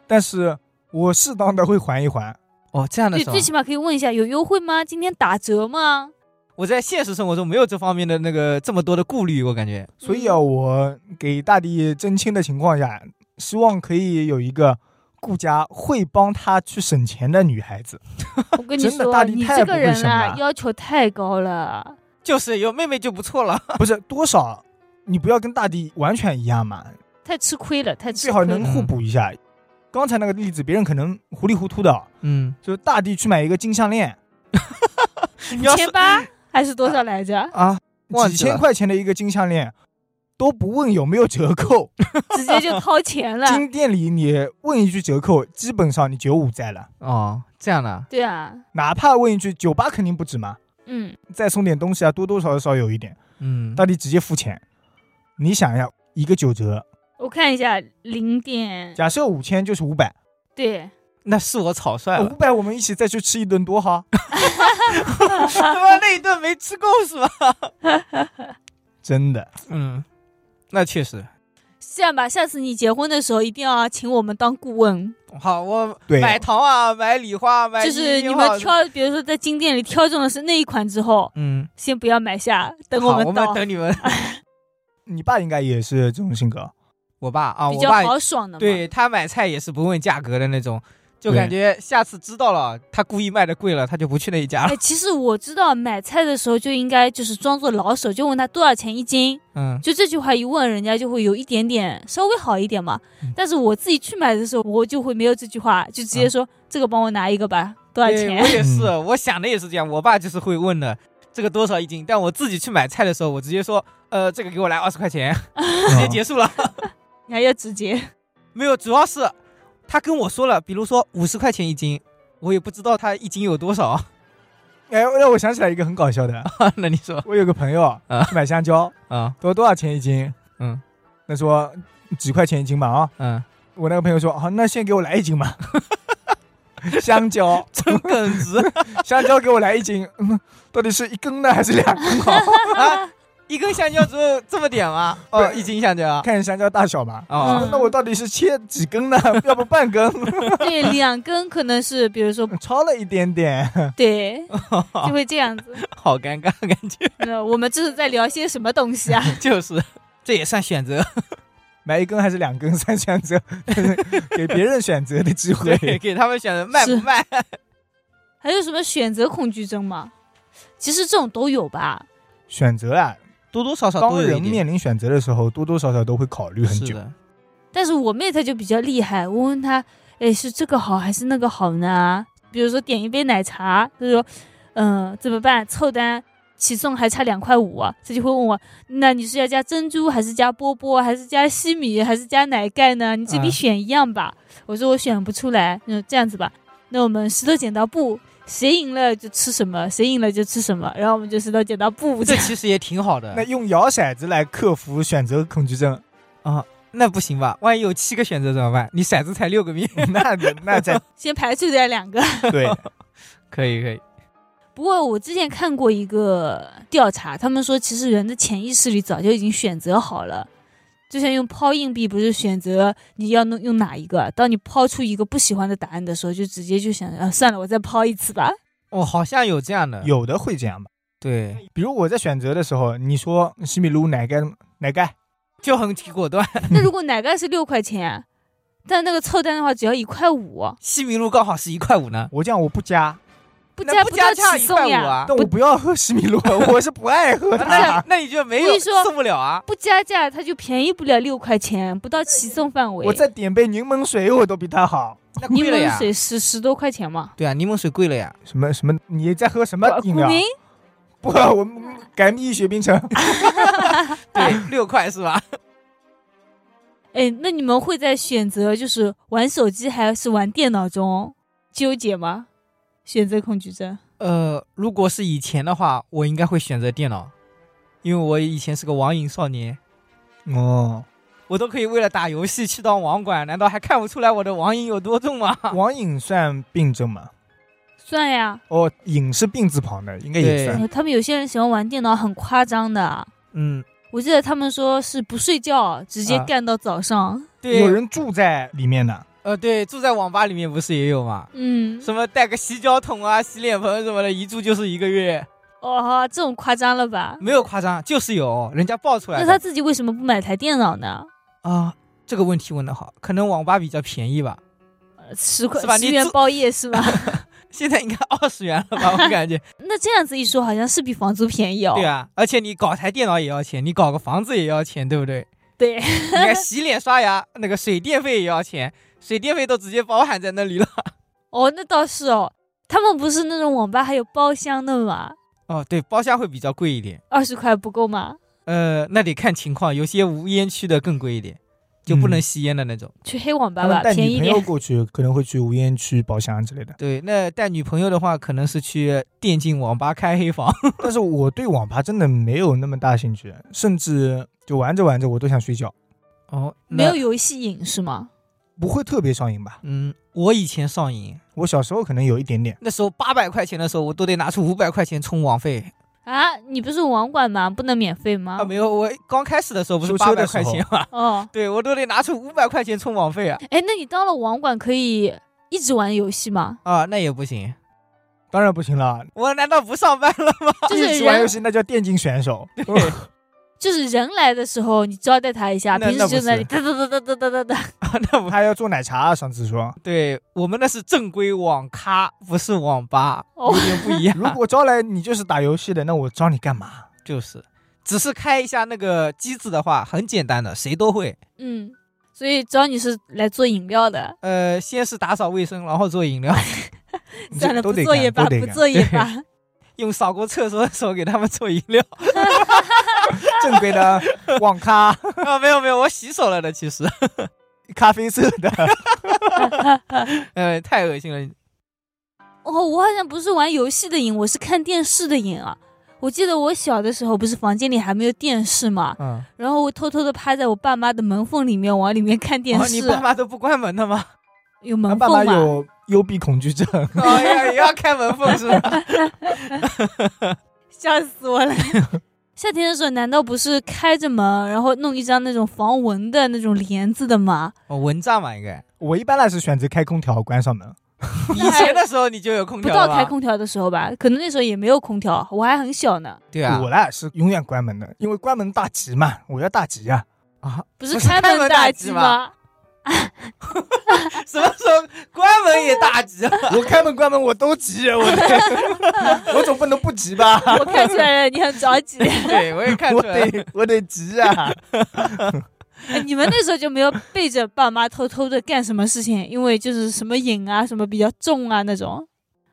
S1: 但是我适当的会还一还。
S3: 哦，这样的
S2: 对，
S1: 啊
S3: 时候
S2: 最，起码可以问一下有优惠吗？今天打折吗？
S3: 我在现实生活中没有这方面的那个这么多的顾虑，我感觉
S1: 所
S2: 嗯
S1: 以啊，我给大地真亲的情况下，希望可以有一个顾家会帮他去省钱的女孩 子。
S2: 我跟你
S1: 真的
S2: 说，
S1: 大力
S2: 你
S1: 太
S2: 这
S1: 不
S2: 个
S1: 会
S2: 人
S1: 省
S2: 啊，
S1: 了
S2: 要求太高了。
S3: 就是有妹妹就不错了。
S1: 不是多少，你不要跟大地完全一样嘛，
S2: 太吃亏了，太吃
S1: 最
S2: 亏
S1: 好
S2: 了
S1: 能。互补一下。刚才那个例子，别人可能糊里糊涂的，
S3: 嗯，
S1: 就是大地去买一个金项链，
S3: 你
S2: 五
S3: 要
S2: 千
S3: 是
S2: 八还是多少来着？
S3: 啊，忘
S1: 几
S3: 记了
S1: 千块钱的一个金项链，都不问有没有折 扣。
S2: 直接就掏钱 了。
S1: 金店里你问一句折扣，基本上你九五在了，
S3: 哦，这样的，
S2: 对啊，
S1: 哪怕问一句九八肯定不止嘛，
S2: 嗯，
S1: 再送点东西啊，多多少少有一点。
S3: 嗯，
S1: 到底直接付钱，你想一下，一个九折，
S2: 我看一下零点，
S1: 假设五千就是五百，
S2: 对，
S3: 那是我草率啊
S1: 五
S3: 了，
S1: 百我们一起再去吃一顿多好。
S3: 他妈那一顿没吃够是吧？
S1: 真的，
S3: 嗯，那确实。
S2: 这样吧，下次你结婚的时候一定要请我们当顾问，
S3: 好，我
S1: 对
S3: 买糖啊，买礼花，买
S2: 就是
S3: 樱
S2: 你
S3: 花
S2: 们，挑，比如说在金店里挑中的是那一款之后，
S3: 嗯，
S2: 先不要买下，等
S3: 好，
S2: 们
S3: 我们
S2: 到。
S3: 等你们。
S1: 你爸应该也是这种性格，
S3: 我爸啊，
S2: 比
S3: 我
S2: 较
S3: 爸
S2: 豪爽的嘛。
S3: 对他买菜也是不问价格的那种，就
S1: 对
S3: 感觉下次知道了他故意卖的贵了，他就不去那一家了
S2: 哎，。其实我知道买菜的时候就应该就是装作老手，就问他多少钱一斤，
S3: 嗯，
S2: 就这句话一问，人家就会有一点点稍微好一点嘛
S3: 嗯。啊
S2: 但是我自己去买的时候，我就会没有这句话，就直接说这个帮我拿一个吧，多少
S3: 对，我
S2: 钱？
S3: 也是，
S1: 嗯
S3: 我想的也是这样。我爸就是会问的，这个多少一斤？但我自己去买菜的时候，我直接说，呃，这个给我来二十块钱，
S1: 哦
S3: 直
S1: 嗯
S3: 接结束了。
S2: 你还要直 接，
S3: 没有，主要是他跟我说了，比如说五十块钱一斤，我也不知道他一斤有多少。
S1: 哎，让我想起来一个很搞笑的，
S3: 那你说
S1: 我有个朋友
S3: 啊
S1: 去买香蕉，
S3: 啊？
S1: 多多少钱一斤？
S3: 嗯，
S1: 他说几块钱一斤吧啊。
S3: 嗯，
S1: 我那个朋友说，好、那先给我来一 斤吧。香蕉，
S3: 真耿直
S1: 香蕉给我来一斤，嗯，到底是一根呢还是两根 好？
S3: 啊！一根香蕉只有这么点吗？哦，一斤香蕉啊
S1: 看香蕉大小吧。
S3: 哦
S2: 嗯
S1: 啊那我到底是切几根呢？ 要不半根，
S2: 对，两根可能是比如说
S1: 超了一点点。
S2: 对，就会这样子。
S3: 好尴尬，感觉
S2: 那我们这是在聊些什么东西啊？
S3: 就是，这也算选择，
S1: 买一根还是两根三选择， 给别人选择的机会。
S3: 对，给他们选择卖不
S2: 是
S3: 卖？
S2: 还有什么选择恐惧症吗？其实这种都有吧。
S1: 选择啊，
S3: 多多少少
S1: 当
S3: 都有
S1: 人
S3: 一点。
S1: 面临选择的时候，多多少少都会考虑很
S3: 是
S1: 久。
S3: 的，
S2: 但是我妹她就比较厉害，我问她，哎，是这个好还是那个好呢？比如说点一杯奶茶，她说，嗯、怎么办？凑单起送还差两块五啊，她就会问我，那你是要加珍珠还是加波波，还是加西米，还是加奶盖呢？你这里
S3: 嗯
S2: 选一样吧。我说我选不出来，那这样子吧，那我们石头剪刀布。谁赢了就吃什么，谁赢了就吃什么，然后我们就石头剪刀 布。
S3: 这其实也挺好的。
S1: 那用摇骰子来克服选择恐惧症，
S3: 啊，那不行吧？万一有七个选择怎么办？你骰子才六个 面。
S1: 那那 在
S2: 先排除掉两个，
S1: 对，
S3: 可以可以，
S2: 不过我之前看过一个调查，他们说其实人的潜意识里早就已经选择好了，就像用抛硬币，不是选择你要弄用哪一个？当你抛出一个不喜欢的答案的时候，就直接就想，啊，算了，我再抛一次 吧。
S3: 哦，好像有这样的。
S1: 有的会这样吧。
S3: 对，
S1: 比如我在选择的时候，你说西米露奶盖奶盖，
S3: 就很挺果断。
S2: 那如果奶盖是六块钱，但那个凑单的话只要一块五，
S3: 西米露刚好是一块五呢。
S1: 我这样我不加，
S3: 啊
S2: 不
S3: 那
S2: 加
S3: 不
S2: 到
S3: 加价
S2: 起
S3: 一块
S2: 送
S3: 五
S2: 呀，
S3: 啊？
S1: 但我不要喝西米露， 我是不爱 喝
S3: 那
S1: 它。
S3: 那你就没
S2: 我
S3: 有
S2: 跟你说
S3: 送不了啊？
S2: 不加价它就便宜不了六块钱，不到起送范围。
S1: 我再点杯柠檬水，我都比它好。
S3: 那
S2: 柠
S3: 贵了
S2: 檬
S3: 呀。
S2: 水十十多块钱嘛，
S3: 对啊，柠檬水贵了呀。
S1: 什么什么？你在喝什么
S2: 古
S1: 饮料？
S2: 茗
S1: 不，我们改蜜雪冰城。
S3: 对， 六块是吧？
S2: 哎，那你们会在选择就是玩手机还是玩电脑中纠结吗？选择恐惧症，
S3: 呃，如果是以前的话，我应该会选择电脑，因为我以前是个网瘾少年，
S1: 哦，
S3: 我都可以为了打游戏去到网管，难道还看不出来我的网瘾有多重吗？
S1: 网瘾算病症吗？
S2: 算呀。
S1: 哦，瘾是病字旁的，应该也
S3: 对
S1: 算。
S2: 呃他们有些人喜欢玩电脑，很夸张的。
S3: 嗯，
S2: 我记得他们说是不睡觉，直接
S3: 啊
S2: 干到早上。
S3: 对，
S1: 有人住在里面的，
S3: 呃，对，住在网吧里面不是也有吗？
S2: 嗯，
S3: 什么带个洗脚桶啊、洗脸盆什么的，一住就是一个月，
S2: 哦，这种夸张了吧？
S3: 没有夸张，就是有人家爆出来
S2: 那他
S3: 的。
S2: 自己为什么不买台电脑呢？
S3: 啊，这个问题问的好，可能网吧比较便宜吧，
S2: 呃十块
S3: 是吧
S2: 十
S3: 你
S2: 元
S3: 自
S2: 包夜是吧？
S3: 现在应该二十元了吧？我感觉。
S2: 那这样子一说，好像是比房租便宜哦。
S3: 对啊，而且你搞台电脑也要钱，你搞个房子也要钱，对不对？
S2: 对
S3: 你看洗脸刷牙那个水电费也要钱，水电费都直接包含在那里了。
S2: 哦，那倒是哦。他们不是那种网吧还有包厢的吗？
S3: 哦，对，包厢会比较贵一点。
S2: 二十块不够吗？
S3: 呃，那得看情况，有些无烟区的更贵一点，就不能
S1: 嗯
S3: 吸烟的那种。。
S2: 去黑网吧
S1: 他
S2: 吧
S1: 们，带
S2: 便
S1: 女
S2: 宜
S1: 朋友
S2: 点。
S1: 过去，可能会去无烟区、包厢之类的
S3: 对，那带女朋友的话，可能是去电竞网吧开黑房。
S1: 但是我对网吧真的没有那么大兴趣，甚至就玩着玩着我都想睡觉，
S3: 哦，
S2: 没有
S3: 那。
S2: 游戏瘾是吗？
S1: 不会特别上瘾吧？
S3: 嗯，我以前上瘾，
S1: 我小时候可能有一点点，
S3: 那时候八百块钱的时候，我都得拿出五百块钱充网费
S2: 啊，你不是网管吗？不能免费吗？
S3: 啊！没有，我刚开始的时候不是
S1: 秋
S3: 八
S1: 秋
S3: 百
S1: 的时
S3: 块
S1: 候
S3: 钱吗？
S2: 哦，
S3: 对，我都得拿出五百块钱充网费啊！
S2: 哎，那你当了网管可以一直玩游 戏吗？
S3: 啊，那也不行，
S1: 当然不行了，
S3: 我难道不上班了吗？
S2: 就
S1: 一
S2: 是
S1: 直玩游
S2: 人
S1: 戏那叫电竞选手。
S2: 就是人来的时候你招待他一下，
S3: 那
S2: 平时
S1: 那不
S2: 就在那
S1: 是
S2: 里哒哒哒哒哒哒哒哒。
S3: 那不
S1: 他要做奶茶啊，上次说。
S3: 对我们那是正规网咖，不是网吧，
S2: 哦
S3: 有点不一样。
S1: 如果招来你就是打游戏的，那我招你干嘛？
S3: 就是，只是开一下那个机子的话，很简单的，谁都会。
S2: 嗯，所以找你是来做饮料的，
S3: 呃，先是打扫卫生，然后做饮料，
S1: 你
S2: 算
S1: 这
S2: 了，
S1: 都
S2: 不
S1: 得
S2: 做
S1: 干
S2: 也罢，
S1: 都得
S2: 不
S1: 干
S2: 做也
S3: 对
S2: 罢。
S3: 用扫过厕所的手给他们做饮料。
S1: 正规 的网咖
S3: 啊，没有没有，我洗手了的，其实，
S1: 咖啡色的，
S3: 呃，太恶心了。
S2: 哦，我好像不是玩游戏的瘾，我是看电视的瘾啊。我记得我小的时候，不是房间里还没有电视嘛，
S3: 嗯，
S2: 然后我偷偷的趴在我爸妈的门缝里面往里面看电
S3: 然后
S2: 视，
S3: 哦
S2: 啊
S3: 你爸妈都不关门的吗？
S2: 有门
S1: 爸妈
S2: 缝嘛？
S1: 有幽闭恐惧症，
S3: 哦，要也要开门缝是吧？
S2: 笑死我了！ 夏天的时候，难道不是开着门，然后弄一张那种防蚊的那种帘子的吗？
S3: 哦，蚊帐嘛应该。
S1: 我一般呢是选择开空调关上门。
S3: 以前的时候你就有空
S2: 不
S3: 调
S2: 到
S3: 了吧
S2: 开空调的时候吧，可能那时候也没有空调，我还很小呢。
S3: 对啊
S1: 我，呢是永远关门的，因为关门大吉嘛，我要大吉呀、
S3: 啊，
S2: 不是
S3: 不是开门
S2: 门
S3: 大
S2: 大
S3: 吉
S2: 吉
S3: 吗
S2: 吗？
S3: 什么时候关门也大吉啊 了？
S1: 我开门关门我都急，我得 我总不能不急吧？
S2: 我看出来了，你很着 急。
S3: 对，我也看出
S1: 我
S3: 来了。
S1: 得我得急啊！
S2: 哎你们那时候就没有背着爸妈偷偷的干什么事情？因为就是什么瘾啊，什么比较重啊那种。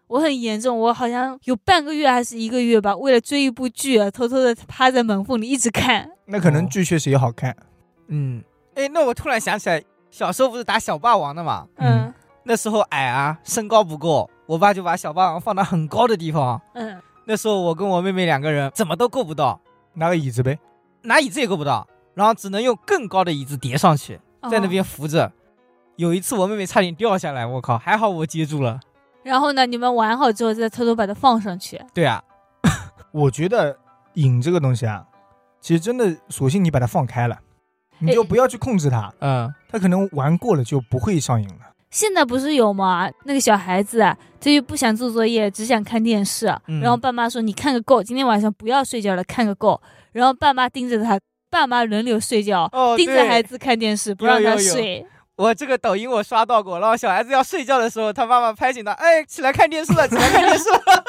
S2: 我很严重，我好像有半个月还是一个月吧，为了追一部剧、啊，偷偷的趴在门缝里一直看。
S1: 那可能
S3: 哦
S1: 剧确实也好看，
S3: 嗯，哎，那我突然想起来，小时候不是打小霸王的嘛？
S2: 嗯
S1: 嗯
S3: 那时候矮啊，身高不够，我爸就把小霸王放到很高的地方。
S2: 嗯，
S3: 那时候我跟我妹妹两个人怎么都够不到，
S1: 拿个椅子呗。
S3: 拿椅子也够不到，然后只能用更高的椅子叠上去，在那
S2: 哦。
S3: 边扶着。有一次我妹妹差点掉下来，我靠，还好我接住了。
S2: 然后呢，你们玩好之后再偷偷把它放上去。
S3: 对啊，
S1: 我觉得瘾这个东西啊，其实真的，索性你把它放开了，你就
S2: 哎
S1: 不要去控制它，
S3: 嗯，
S1: 它可能玩过了就不会上瘾了。
S2: 现在不是有吗？那个小孩子啊，他就不想做作业，只想看电视。啊
S3: 嗯
S2: 然后爸妈说：“你看个够，今天晚上不要睡觉了，看个够。”然后爸妈盯着他，爸妈轮流睡觉，
S3: 哦，
S2: 盯着
S3: 对
S2: 孩子看电视，不让他
S3: 有有
S2: 睡。
S3: 我这个抖音我刷到过，然后小孩子要睡觉的时候，他妈妈拍醒他，哎，起来看电视了，起来看电视了。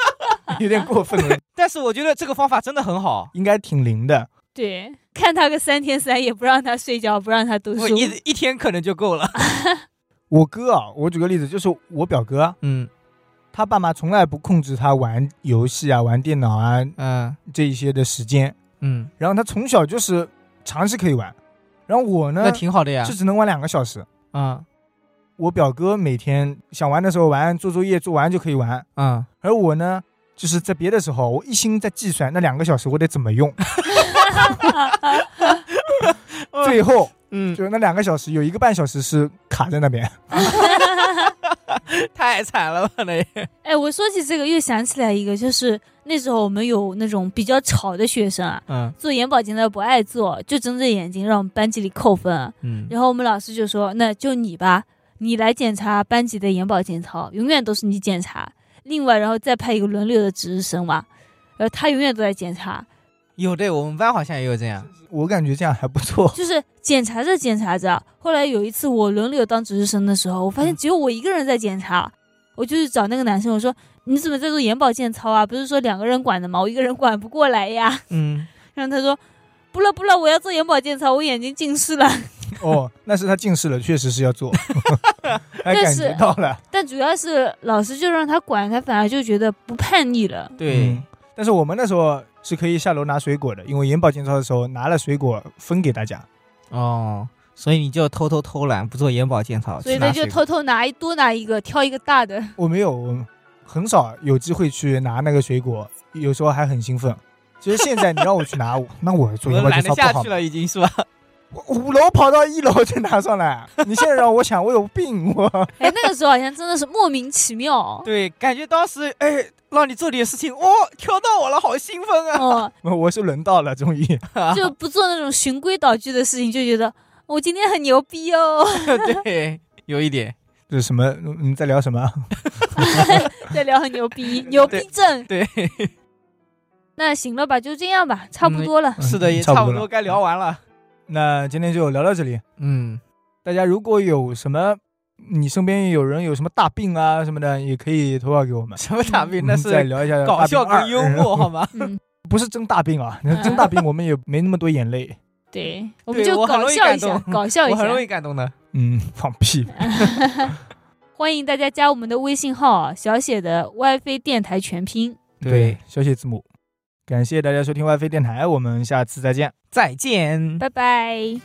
S1: 有点过分了，
S3: 但是我觉得这个方法真的很好，
S1: 应该挺灵的。
S2: 对，看他个三天三夜，不让他睡觉，不让他读
S3: 我
S2: 书。
S3: 一一天可能就够了。
S1: 我哥啊，我举个例子，就是我表哥，啊
S3: 嗯
S1: 他爸妈从来不控制他玩游戏啊、玩电脑啊
S3: 嗯
S1: 这一些的时间，
S3: 嗯，
S1: 然后他从小就是长期可以玩，然后我呢
S3: 那挺好的呀
S1: 就。只能玩两个小时。
S3: 嗯
S1: 我表哥每天想玩的时候玩，做作业做完就可以玩，
S3: 嗯，
S1: 而我呢，就是在别的时候，我一心在计算那两个小时我得怎么 用，最后
S3: 嗯，
S1: 就是那两个小时有一个半小时是卡在那边。
S3: 太惨了吧那也。
S2: 哎，我说起这个，又想起来一个，就是那时候我们有那种比较吵的学生啊，
S3: 嗯
S2: 做眼保健的不爱做，就睁着眼睛让我们班级里扣分啊。
S3: 嗯
S2: 然后我们老师就说：“那就你吧，你来检查班级的眼保健操，永远都是你检查。另外，然后再派一个轮流的值日生嘛，然后他永远都在检查，
S3: 有对，我们班好像也有这 样。
S1: 我感觉这样还不错，
S2: 就是检查着检查着，后来有一次我轮流当值日生的时候，我发现只有我一个人在检查，我就去找那个男生，我说你怎么在做眼保健操啊？不是说两个人管的吗？我一个人管不过来呀。
S3: 嗯，
S2: 然后他说不了不了，我要做眼保健操，我眼睛近视了。
S1: 哦，那是他近视了，确实是要做，还
S2: 但
S1: 感
S2: 是
S1: 觉到了。
S2: 但主要是老师就让他管，他反而就觉得不叛逆了。
S3: 对
S1: 嗯，但是我们那时候是可以下楼拿水果的，因为眼保健操的时候拿了水果分给大家。
S3: 哦，所以你就偷偷偷懒，不做眼保健操，
S2: 所以
S3: 去拿
S2: 他就
S3: 水
S2: 偷
S3: 果
S2: 偷拿一多拿一个，挑一个大的。
S1: 我没有，我很少有机会去拿那个水果，有时候还很兴奋。其实现在你让我去 拿，我那我做
S3: 我
S1: 眼保
S3: 都懒
S1: 健
S3: 得
S1: 操不
S3: 下
S1: 好
S3: 去
S1: 吗？
S3: 了，已经是吧？
S1: 我五楼跑到一楼去拿上来，你现在让我想，我有病，我
S2: 哎，那个时候好像真的是莫名其妙。
S3: 对，感觉当时哎，让你做点事情，哦，挑到我了，好兴奋啊！
S2: 哦，
S1: 我是轮到了，终于。
S3: 哦
S2: 就不做那种循规蹈矩的事情，就觉得我今天很牛逼哦。
S3: 对，有一点，
S1: 这是什么？嗯你在聊什么？
S2: 在聊很牛逼，牛逼症。
S3: 对，
S2: 那行了吧，就这样吧，差不
S3: 嗯
S2: 多了。
S3: 是的，也
S1: 嗯差
S3: 差
S1: 不
S3: 不
S1: 多
S3: 多该聊完了。
S1: 那今天就聊到这里。
S3: 嗯，
S1: 大家如果有什么，你身边有人有什么大病啊什么的，也可以投稿给我们。
S3: 什么大
S1: 我
S3: 病？那
S1: 们嗯再
S3: 是
S1: 聊一下
S3: 搞
S1: 大病
S3: 笑
S1: 二
S3: 跟幽，默，好 吗？
S2: 嗯，
S1: 不是真大病啊，真大病我们也没那么多眼泪。
S2: 对，我们
S3: 对
S2: 就
S3: 我很
S2: 搞
S3: 容易
S2: 笑一
S3: 感
S2: 下，
S3: 动
S2: 搞笑一
S3: 我
S2: 下
S3: 很。容易感动的。
S1: 嗯，放屁。
S2: 欢迎大家加我们的微信号啊，小写的 WiFi 电台全拼。
S3: 对，
S1: 小写字母。感谢大家收听 WiFi 电台，我们下次再见。
S3: 再见。
S2: 拜拜。